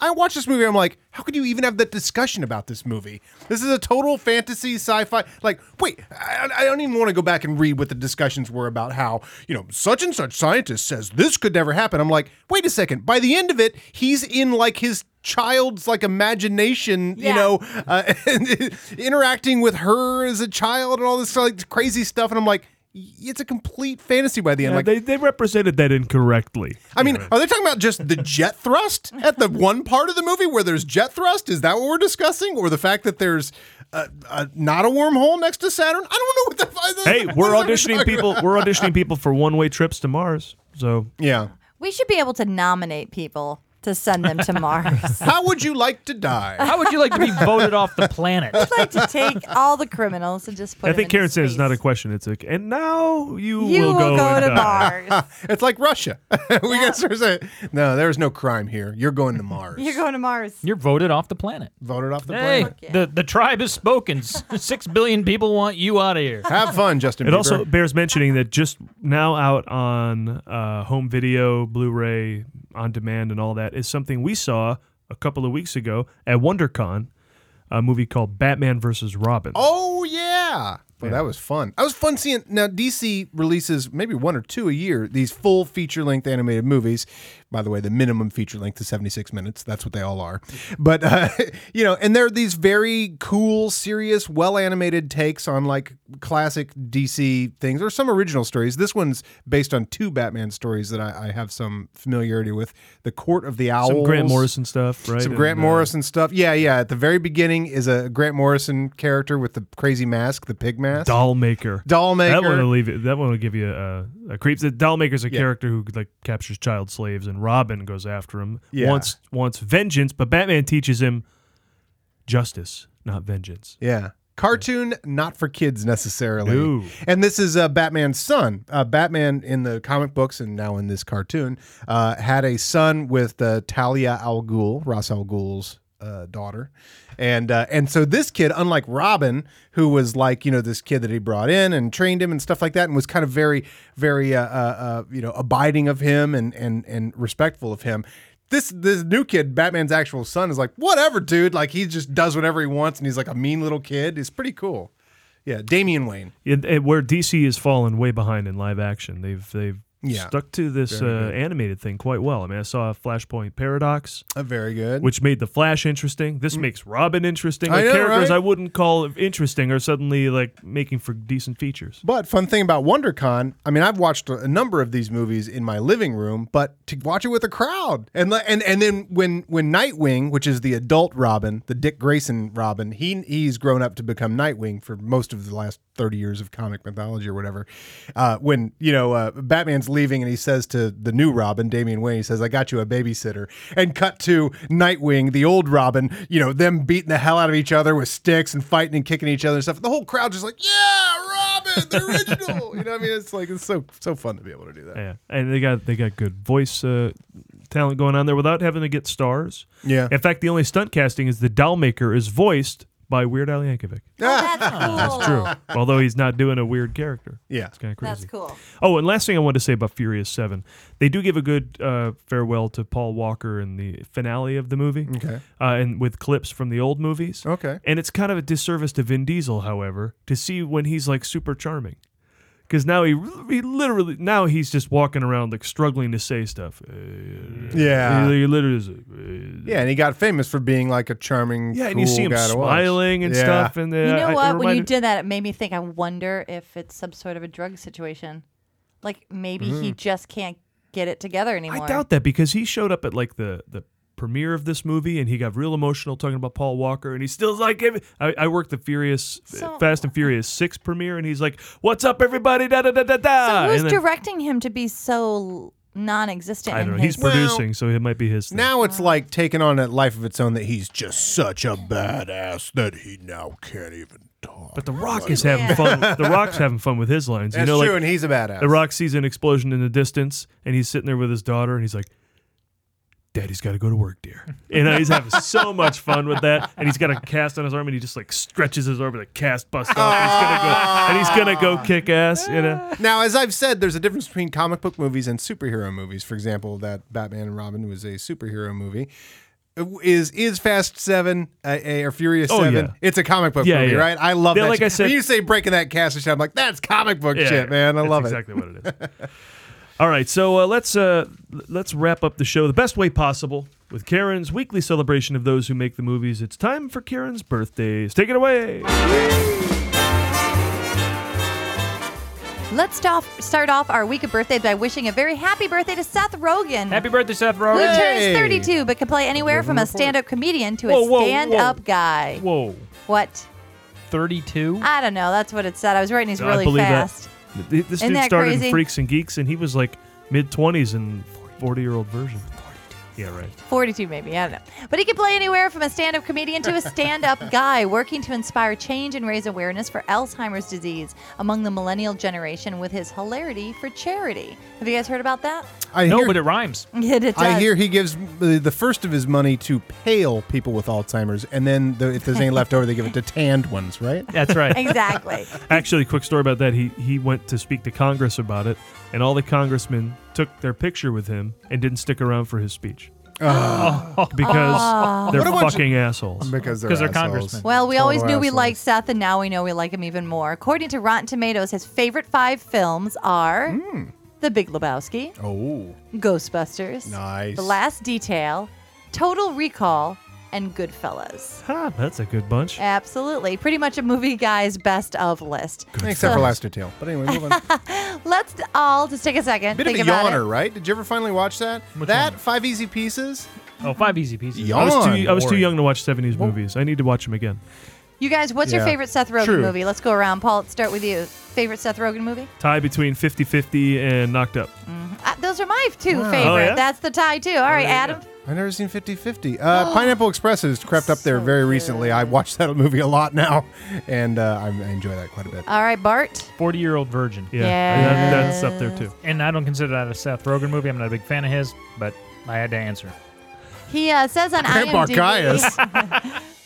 Speaker 4: I watched this movie. I'm like, how could you even have that discussion about this movie? This is a total fantasy sci-fi. Like, wait, I, I don't even want to go back and read what the discussions were about. How you know such and such scientist says this could never happen. I'm like, wait a second. By the end of it, he's in like his child's like imagination. You
Speaker 6: Yeah.
Speaker 4: know, uh, interacting with her as a child and all this like crazy stuff. And I'm like, y- it's a complete fantasy by the end.
Speaker 3: Yeah,
Speaker 4: like,
Speaker 3: they, they represented that incorrectly.
Speaker 4: I mean, are they talking about just the jet thrust at the one part of the movie where there's jet thrust? Is that what we're discussing, or the fact that there's uh uh not a wormhole next to Saturn? I don't know what the.
Speaker 3: Hey,
Speaker 4: what
Speaker 3: we're
Speaker 4: are we talking
Speaker 3: auditioning people.
Speaker 4: about?
Speaker 3: We're auditioning people for one-way trips to Mars. So
Speaker 4: Yeah.
Speaker 6: we should be able to nominate people to send them to Mars.
Speaker 4: How would you like to die?
Speaker 5: How would you like to be voted off the planet?
Speaker 6: I'd like to take all the criminals and just put
Speaker 3: I
Speaker 6: them
Speaker 3: think
Speaker 6: into
Speaker 3: Karen said it's
Speaker 6: space.
Speaker 3: not a question. It's like, and now you,
Speaker 6: You will, go,
Speaker 3: and
Speaker 6: to
Speaker 3: die."
Speaker 6: Mars.
Speaker 4: It's like Russia. we got sort of say, no, there's no crime here. You're going to Mars.
Speaker 6: You're going to Mars.
Speaker 5: You're voted off the planet.
Speaker 4: voted off the
Speaker 5: Hey,
Speaker 4: plane.
Speaker 6: yeah.
Speaker 5: the, the tribe has spoken. S- Six billion people want you out of here.
Speaker 4: Have fun, Justin.
Speaker 3: It
Speaker 4: Bieber.
Speaker 3: also bears mentioning that just now out on uh, home video, Blu-ray, on demand, and all that is something we saw a couple of weeks ago at WonderCon, a movie called Batman versus Robin.
Speaker 4: Oh yeah. Boy, that was fun. That was fun seeing. Now DC releases maybe one or two a year. These full feature length animated movies. By the way, the minimum feature length is seventy six minutes. That's what they all are. But uh, you know, and they're these very cool, serious, well animated takes on like classic DC things or some original stories. This one's based on two Batman stories that I, I have some familiarity with. The Court of the Owls.
Speaker 3: Some Grant Morrison stuff, right?
Speaker 4: Some Grant
Speaker 3: And, uh,
Speaker 4: Morrison stuff. Yeah, yeah. At the very beginning is a Grant Morrison character with the crazy mask, the pig mask.
Speaker 3: Doll Maker.
Speaker 4: Doll
Speaker 3: That one
Speaker 4: Maker.
Speaker 3: will leave. you- That one will give you a, a creep. The doll maker's a character who like captures child slaves, and Robin goes after him.
Speaker 4: Yeah.
Speaker 3: Wants wants vengeance, but Batman teaches him justice, not vengeance.
Speaker 4: Yeah. Cartoon, not for kids necessarily.
Speaker 3: No.
Speaker 4: And this is uh, Batman's son. Uh, Batman in the comic books and now in this cartoon uh, had a son with uh, Talia Al Ghul, Ra's Al Ghul's uh, daughter, and uh, and so this kid, unlike Robin, who was like you know this kid that he brought in and trained him and stuff like that, and was kind of very very uh, uh, uh, you know abiding of him and and and respectful of him this this new kid, Batman's actual son, is like, whatever, dude. Like he just does whatever he wants, and he's like a mean little kid. It's pretty cool. Yeah, Damian Wayne.
Speaker 3: And- and where DC has fallen way behind in live action, they've they've
Speaker 4: Yeah.
Speaker 3: stuck to this uh, animated thing quite well. I mean, I saw Flashpoint Paradox,
Speaker 4: Uh, very good.
Speaker 3: which made the Flash interesting. This makes Robin interesting.
Speaker 4: Mm. I
Speaker 3: Like,
Speaker 4: know,
Speaker 3: characters
Speaker 4: right?
Speaker 3: I wouldn't call interesting are suddenly like making for decent features.
Speaker 4: But fun thing about WonderCon, I mean, I've watched a a number of these movies in my living room, but to watch it with a crowd, and le- and and then when when Nightwing, which is the adult Robin, the Dick Grayson Robin, he he's grown up to become Nightwing for most of the last thirty years of comic mythology or whatever. Uh, when you know uh, Batman's leaving, and he says to the new Robin, Damian Wayne, he says, "I got you a babysitter," and cut to Nightwing, the old Robin, you know, them beating the hell out of each other with sticks and fighting and kicking each other and stuff. The whole crowd just like, yeah, Robin. Rabbit, the original. you know, what I mean, it's like it's so so fun to be able to do that.
Speaker 3: Yeah, and they got they got good voice uh, talent going on there without having to get stars.
Speaker 4: Yeah.
Speaker 3: In fact, the only stunt casting is the doll maker is voiced by Weird Al Yankovic.
Speaker 6: Oh,
Speaker 1: that's
Speaker 3: That's
Speaker 1: cool.
Speaker 3: true. Although he's not doing a weird character.
Speaker 4: Yeah.
Speaker 3: It's kind of crazy.
Speaker 1: That's cool.
Speaker 3: Oh, and last thing I wanted to say about Furious Seven, they do give a good uh, farewell to Paul Walker in the finale of the movie,
Speaker 4: Okay.
Speaker 3: uh, and with clips from the old movies.
Speaker 4: Okay.
Speaker 3: And it's kind of a disservice to Vin Diesel, however, to see when he's like super charming, because now he he literally now he's just walking around like struggling to say stuff. Uh,
Speaker 4: Yeah.
Speaker 3: He, he literally is. like,
Speaker 4: Yeah, and he got famous for being like a charming,
Speaker 3: yeah, and
Speaker 4: cool
Speaker 3: you see him
Speaker 4: guy to watch.
Speaker 3: smiling and
Speaker 4: Yeah.
Speaker 3: stuff, and uh,
Speaker 6: You know
Speaker 3: I-
Speaker 6: what?
Speaker 3: it
Speaker 6: When you
Speaker 3: reminded-
Speaker 6: did that, it made me think. I wonder if it's some sort of a drug situation. Like maybe he just can't get it together anymore.
Speaker 3: I doubt that because he showed up at like the the premiere of this movie and he got real emotional talking about Paul Walker and he still's like "Give me-" I, I worked the Furious uh,
Speaker 6: So-
Speaker 3: Fast and Furious six premiere and he's like what's up everybody da da da da da
Speaker 6: So who's
Speaker 3: and then-
Speaker 6: directing him to be so non-existent?
Speaker 3: I don't
Speaker 6: in
Speaker 3: know he's
Speaker 6: his-
Speaker 3: producing so it might be his thing.
Speaker 4: Now it's like taking on a life of its own that he's just such a badass that he now can't even talk.
Speaker 3: but The Rock is having fun The Rock's having fun with his lines you
Speaker 4: That's
Speaker 3: know
Speaker 4: true,
Speaker 3: like
Speaker 4: and he's a badass.
Speaker 3: The Rock sees an explosion in the distance and he's sitting there with his daughter and he's like Daddy's got to go to work, dear. And uh, he's having so much fun with that. And he's got a cast on his arm, and he just like stretches his arm, and the cast busts off. and he's gonna go, and he's gonna go
Speaker 4: Ah.
Speaker 3: kick ass, you know.
Speaker 4: Now, as I've said, there's a difference between comic book movies and superhero movies. For example, that Batman and Robin was a superhero movie. Uh, Is is Fast Seven uh, a, a- or Furious
Speaker 3: Oh,
Speaker 4: Seven?
Speaker 3: yeah.
Speaker 4: It's a comic book
Speaker 3: Yeah,
Speaker 4: movie,
Speaker 3: yeah.
Speaker 4: right? I love
Speaker 3: Yeah,
Speaker 4: that.
Speaker 3: like
Speaker 4: shit.
Speaker 3: I said-
Speaker 4: when you say breaking that cast and shit, I'm like, that's comic book
Speaker 3: Yeah,
Speaker 4: shit, man. I
Speaker 3: that's
Speaker 4: love
Speaker 3: exactly what it is. All right, so uh, let's uh, l- let's wrap up the show the best way possible with Karen's weekly celebration of those who make the movies. It's time for Karen's birthdays. Take it away.
Speaker 6: Let's stop, start off our week of birthdays by wishing a very happy birthday to Seth Rogen.
Speaker 5: Happy birthday, Seth
Speaker 6: who
Speaker 5: Rogen.
Speaker 4: Hey!
Speaker 6: turns 32 but can play anywhere from a stand-up comedian to a
Speaker 3: Whoa, whoa, whoa.
Speaker 6: stand-up guy.
Speaker 5: Whoa,
Speaker 6: What?
Speaker 5: 32.
Speaker 6: I don't know. That's what it said. I was writing these
Speaker 3: I
Speaker 6: really
Speaker 3: believe that.
Speaker 6: fast.
Speaker 3: Th- th- This
Speaker 6: Isn't
Speaker 3: dude
Speaker 6: that
Speaker 3: started in
Speaker 6: crazy?
Speaker 3: Freaks and Geeks, and he was like mid twenties in forty year old version. Yeah, right.
Speaker 6: 42 maybe, I don't know. But he can play anywhere from a stand up comedian to a stand up guy, working to inspire change and raise awareness for Alzheimer's disease among the millennial generation with his hilarity for charity. Have you guys heard about that?
Speaker 4: it. I
Speaker 5: No,
Speaker 4: hear,
Speaker 5: but it rhymes.
Speaker 6: Yeah, it does.
Speaker 4: I hear he gives the the first of his money to pale people with Alzheimer's, and then the, if there's any left over, they give it to tanned ones, right?
Speaker 5: That's right.
Speaker 6: Exactly.
Speaker 3: Actually, quick story about that. He he went to speak to Congress about it, and all the congressmen took their picture with him and didn't stick around for his speech. because
Speaker 6: Ah.
Speaker 3: they're
Speaker 4: Ah. What a bunch of-
Speaker 3: fucking assholes.
Speaker 4: Because they're
Speaker 5: 'Cause they're
Speaker 4: assholes.
Speaker 5: congressmen.
Speaker 6: Well, we always
Speaker 4: Total
Speaker 6: knew we
Speaker 4: assholes.
Speaker 6: liked Seth, and now we know we like him even more. According to Rotten Tomatoes, his favorite five films are The Big Lebowski,
Speaker 4: Oh,
Speaker 6: Ghostbusters,
Speaker 4: Nice.
Speaker 6: The Last Detail, Total Recall, and Goodfellas.
Speaker 3: Ha, Ah, that's a good bunch.
Speaker 6: Absolutely. Pretty much a movie guy's best of list.
Speaker 4: except for Last Detail. But anyway, move on.
Speaker 6: Let's all just take a second.
Speaker 4: Bit
Speaker 6: think
Speaker 4: of a
Speaker 6: about
Speaker 4: yawner,
Speaker 6: it.
Speaker 4: right? Did you ever finally watch that?
Speaker 5: Which
Speaker 4: that
Speaker 5: one?
Speaker 4: Five Easy Pieces.
Speaker 5: Oh, five easy pieces.
Speaker 4: Yawn.
Speaker 3: I was too I was too
Speaker 5: Boring.
Speaker 3: young to watch seventies movies. I need to watch them again.
Speaker 6: You guys, what's your
Speaker 4: Yeah.
Speaker 6: favorite Seth Rogen
Speaker 4: True.
Speaker 6: movie? Let's go around. Paul, let's start with you. Favorite Seth Rogen movie?
Speaker 3: Tie between 50-50 and Knocked Up.
Speaker 6: Uh, those are my two
Speaker 4: Wow. Oh,
Speaker 6: favorite.
Speaker 3: Oh, yeah?
Speaker 6: That's the tie, too. All right, Adam.
Speaker 4: I've never seen 50 50. Uh,
Speaker 6: Oh.
Speaker 4: Pineapple Express has crept up there very recently. I watch that movie a lot now, and uh, I I enjoy that quite a bit.
Speaker 6: All right, Bart.
Speaker 5: 40 year old virgin.
Speaker 3: Yeah, that- that's up there too.
Speaker 5: And I don't consider that a Seth Rogen movie. I'm not a big fan of his, but I had to answer.
Speaker 6: He uh, says on
Speaker 4: Grandpa
Speaker 6: IMDb.
Speaker 4: Caius.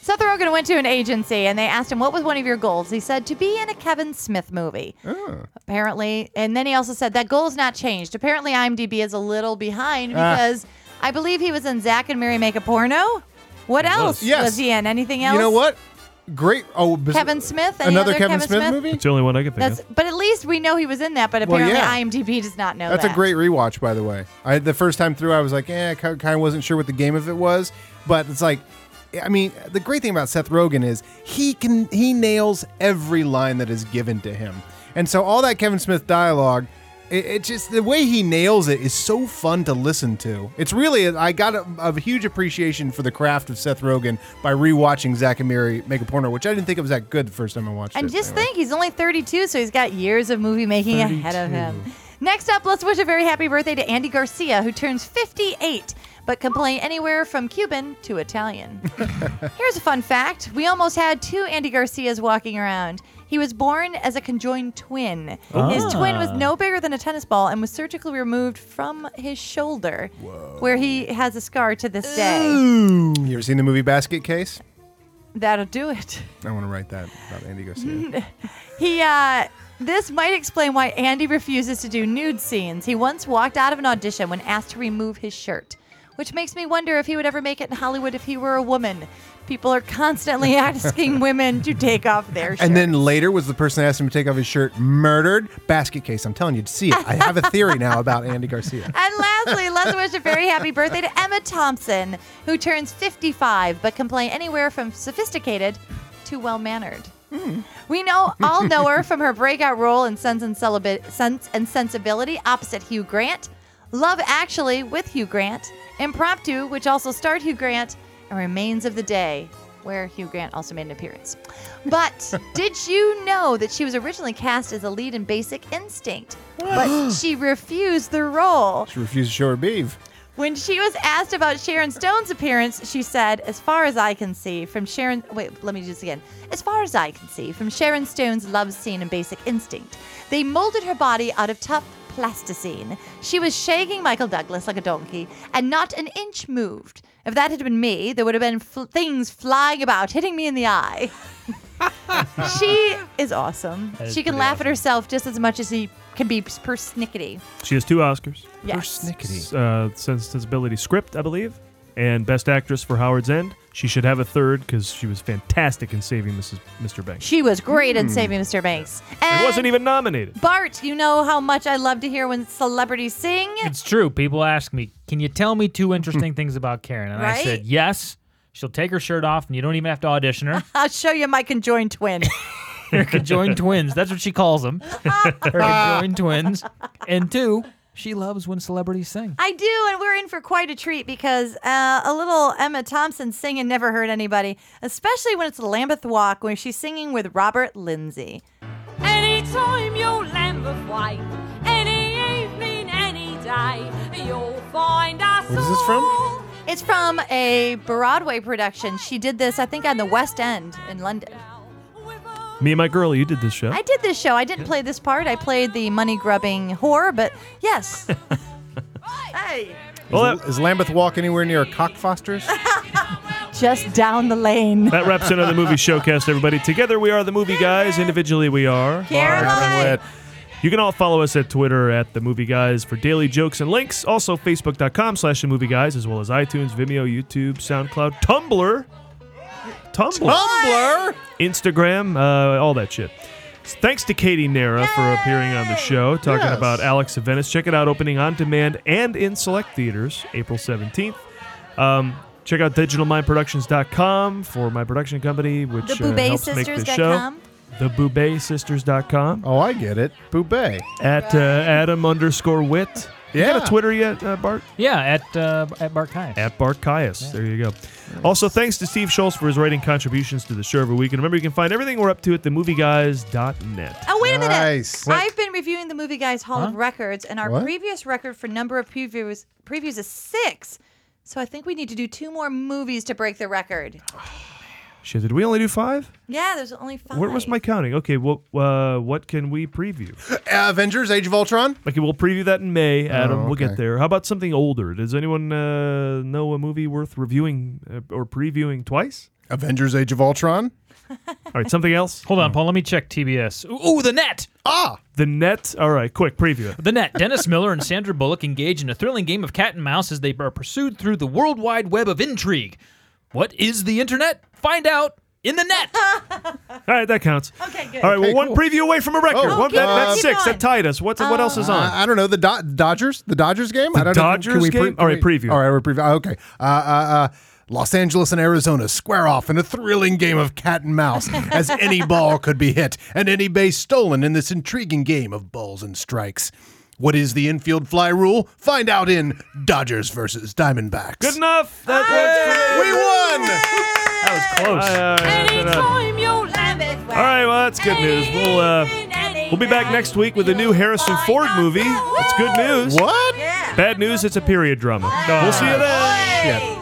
Speaker 6: Seth Rogen went to an agency and they asked him, What was one of your goals? He said, To be in a Kevin Smith movie.
Speaker 4: Oh.
Speaker 6: Apparently. And then he also said, That goal's not changed. Apparently, IMDb is a little behind
Speaker 4: Ah.
Speaker 6: because I believe he was in Zach and Mary Make a Porno. What else
Speaker 4: Yes.
Speaker 6: was he in? Anything else?
Speaker 4: you know what? Great. Oh, bes-
Speaker 6: Kevin Smith? Any
Speaker 4: Another
Speaker 6: other
Speaker 4: Kevin,
Speaker 6: Kevin
Speaker 4: Smith,
Speaker 6: Smith?
Speaker 4: movie?
Speaker 3: It's the only one I can think
Speaker 6: That's,
Speaker 3: of.
Speaker 6: but at least we know he was in that, but
Speaker 4: Well,
Speaker 6: apparently
Speaker 4: yeah.
Speaker 6: IMDb does not know
Speaker 4: That's
Speaker 6: that.
Speaker 4: a great rewatch, by the way. I the first time through, I was like, eh, kind of wasn't sure what the game of it was, but it's like, I mean, the great thing about Seth Rogen is he can he nails every line that is given to him, and so all that Kevin Smith dialogue. It, it just the way he nails it is so fun to listen to. It's really I got a, a huge appreciation for the craft of Seth Rogen by rewatching Zack and Mary Make a Porno, which I didn't think it was that good the first time I watched it.
Speaker 6: And just
Speaker 4: anyway.
Speaker 6: think, he's only 32, so he's got years of movie making ahead of him. Next up, let's wish a very happy birthday to Andy Garcia, who turns 58. but can play anywhere from Cuban to Italian. Here's a fun fact we almost had two Andy Garcias walking around. He was born as a conjoined twin. His twin was
Speaker 5: Ah.
Speaker 6: no bigger than a tennis ball and was surgically removed from his shoulder, where he has a scar to this day.
Speaker 4: You ever seen the movie Basket Case?
Speaker 6: That'll do it.
Speaker 4: I want to write that about Andy Garcia.
Speaker 6: He, uh, this might explain why Andy refuses to do nude scenes. He once walked out of an audition when asked to remove his shirt, which makes me wonder if he would ever make it in Hollywood if he were a woman. People are constantly asking women to take off their shirt.
Speaker 4: and then later was the person that asked him to take off his shirt murdered. Basket Case. I'm telling you to see it. I have a theory now about Andy Garcia.
Speaker 6: And lastly, let's wish a very happy birthday to Emma Thompson, who turns 55 but can play anywhere from sophisticated to well mannered. We know all know her from her breakout role in Sons and, Celibi- Sons and Sensibility opposite Hugh Grant, Love Actually with Hugh Grant, Impromptu, which also starred Hugh Grant, and Remains of the Day, where Hugh Grant also made an appearance. But did you know that she was originally cast as a lead in Basic Instinct? But she refused the role.
Speaker 4: She refused to show her beef.
Speaker 6: When she was asked about Sharon Stone's appearance, she said, "As far as I can see, from Sharon wait, let me do this again. As far as I can see, from Sharon Stone's love scene in Basic Instinct, they molded her body out of tough plasticine. She was shaking Michael Douglas like a donkey, and not an inch moved. If that had been me, there would have been fl- things flying about, hitting me in the eye." she is awesome.
Speaker 5: That is
Speaker 6: she can
Speaker 5: pretty
Speaker 6: laugh at herself just as much as she can be persnickety.
Speaker 3: She has two Oscars.
Speaker 6: Yes.
Speaker 3: S- Uh, sensibility script, I believe, and best actress for Howard's End. She should have a third because she was fantastic in saving Mrs. Mr. Banks.
Speaker 6: She was great in Saving Mr. Banks. And
Speaker 3: Hmm. It wasn't even nominated.
Speaker 6: Bart, you know how much I love to hear when celebrities sing.
Speaker 5: It's true. People ask me, "Can you tell me two interesting things about Karen?" And I
Speaker 6: Right?
Speaker 5: said, "Yes." She'll take her shirt off, and you don't even have to audition her.
Speaker 6: I'll show you my conjoined twin.
Speaker 5: They're conjoined twins. That's what she calls them. They're conjoined twins. And two, she loves when celebrities sing.
Speaker 6: I do, and we're in for quite a treat because uh, a little Emma Thompson singing never hurt anybody, especially when it's Lambeth Walk, where she's singing with Robert Lindsay.
Speaker 9: Anytime you're Lambeth White, any evening, any day, you'll find us
Speaker 4: Where's this from?
Speaker 9: all.
Speaker 6: It's from a Broadway production. She did this, I think, on the West End in London.
Speaker 3: Me and my girl, you did this show.
Speaker 6: I did this show. I didn't play this part. I played the money grubbing whore, but yes. hey.
Speaker 3: well,
Speaker 4: is,
Speaker 3: that,
Speaker 4: is Lambeth Walk anywhere near a cockfosters?
Speaker 6: Just down the lane.
Speaker 3: that wraps into the movie showcast, everybody. Together we are the movie guys. Individually we are.
Speaker 6: Caroline.
Speaker 3: You can all follow us at Twitter at The Movie Guys for daily jokes and links. Also, facebook.com slash The Movie Guys, as well as iTunes, Vimeo, YouTube, SoundCloud, Tumblr. Tumblr.
Speaker 4: Tumblr.
Speaker 3: Instagram, uh, all that shit. Thanks to Katie Nara for appearing on the show, talking
Speaker 4: Yes.
Speaker 3: about Alex of Venice. Check it out, opening on demand and in select theaters, April 17th. Um, check out digitalmindproductions.com for my production company, which
Speaker 6: The
Speaker 3: uh, helps make this show.
Speaker 6: TheBoubettSisters.com.
Speaker 3: The TheBoubettSisters.com.
Speaker 4: Oh, I get it. Boubet.
Speaker 3: At uh, Adam underscore wit. You
Speaker 4: Yeah.
Speaker 3: got a Twitter yet, uh, Bart?
Speaker 5: Yeah, at uh, at Bart Kimes.
Speaker 3: At Bart Caius. There you go. Also, thanks to Steve Schultz for his writing contributions to the show every week. And remember, you can find everything we're up to at themovieguys.net.
Speaker 6: Oh, wait a minute.
Speaker 4: Nice. What?
Speaker 6: I've been reviewing the Movie Guys Hall of Records, and our
Speaker 4: What?
Speaker 6: previous record for number of previews previews is six. So I think we need to do two more movies to break the record.
Speaker 3: Shit, did we only do five?
Speaker 6: Yeah, there's only five.
Speaker 3: Where was my counting? Okay, well, uh, what can we preview?
Speaker 4: Avengers: Age of Ultron.
Speaker 3: Okay, we'll preview that in May, Adam.
Speaker 4: Oh,
Speaker 3: We'll get
Speaker 4: okay.
Speaker 3: there. How about something older? Does anyone uh, know a movie worth reviewing uh, or previewing twice?
Speaker 4: Avengers: Age of Ultron.
Speaker 3: All right, something else?
Speaker 5: Hold on, Paul. Let me check TBS. Ooh, ooh, the net.
Speaker 4: Ah,
Speaker 3: The Net. All right, quick, preview it.
Speaker 5: The net. Dennis Miller and Sandra Bullock engage in a thrilling game of cat and mouse as they are pursued through the world wide web of intrigue. What is the internet? Find out in the net.
Speaker 3: All right, that counts.
Speaker 6: Okay, good.
Speaker 3: All right, well,
Speaker 4: Okay,
Speaker 3: one
Speaker 4: cool.
Speaker 3: preview away from a record.
Speaker 4: Oh,
Speaker 3: One- that-
Speaker 4: okay,
Speaker 3: that's
Speaker 6: keep Uh,
Speaker 3: six.
Speaker 6: on.
Speaker 3: That tied us. What's what else is on?
Speaker 4: Uh, I don't know the Do- Dodgers. The Dodgers game. I don't
Speaker 3: Dodgers
Speaker 4: know,
Speaker 3: game? All right, preview.
Speaker 4: All right, we're preview. Okay. Uh, uh, uh, Los Angeles and Arizona square off in a thrilling game of cat and mouse as any ball could be hit and any base stolen in this intriguing game of balls and strikes. What is the infield fly rule? Find out in Dodgers versus Diamondbacks.
Speaker 3: Good enough. That, that's
Speaker 4: We won!
Speaker 5: that was close.
Speaker 9: Anytime you're Lambeth
Speaker 3: all right, well, that's good news. We'll uh,
Speaker 9: White, any
Speaker 3: we'll be back next week with a new Harrison Ford movie. That's good news.
Speaker 4: What?
Speaker 6: Yeah.
Speaker 3: Bad news, it's a period drama. We'll see you then.
Speaker 4: Yeah.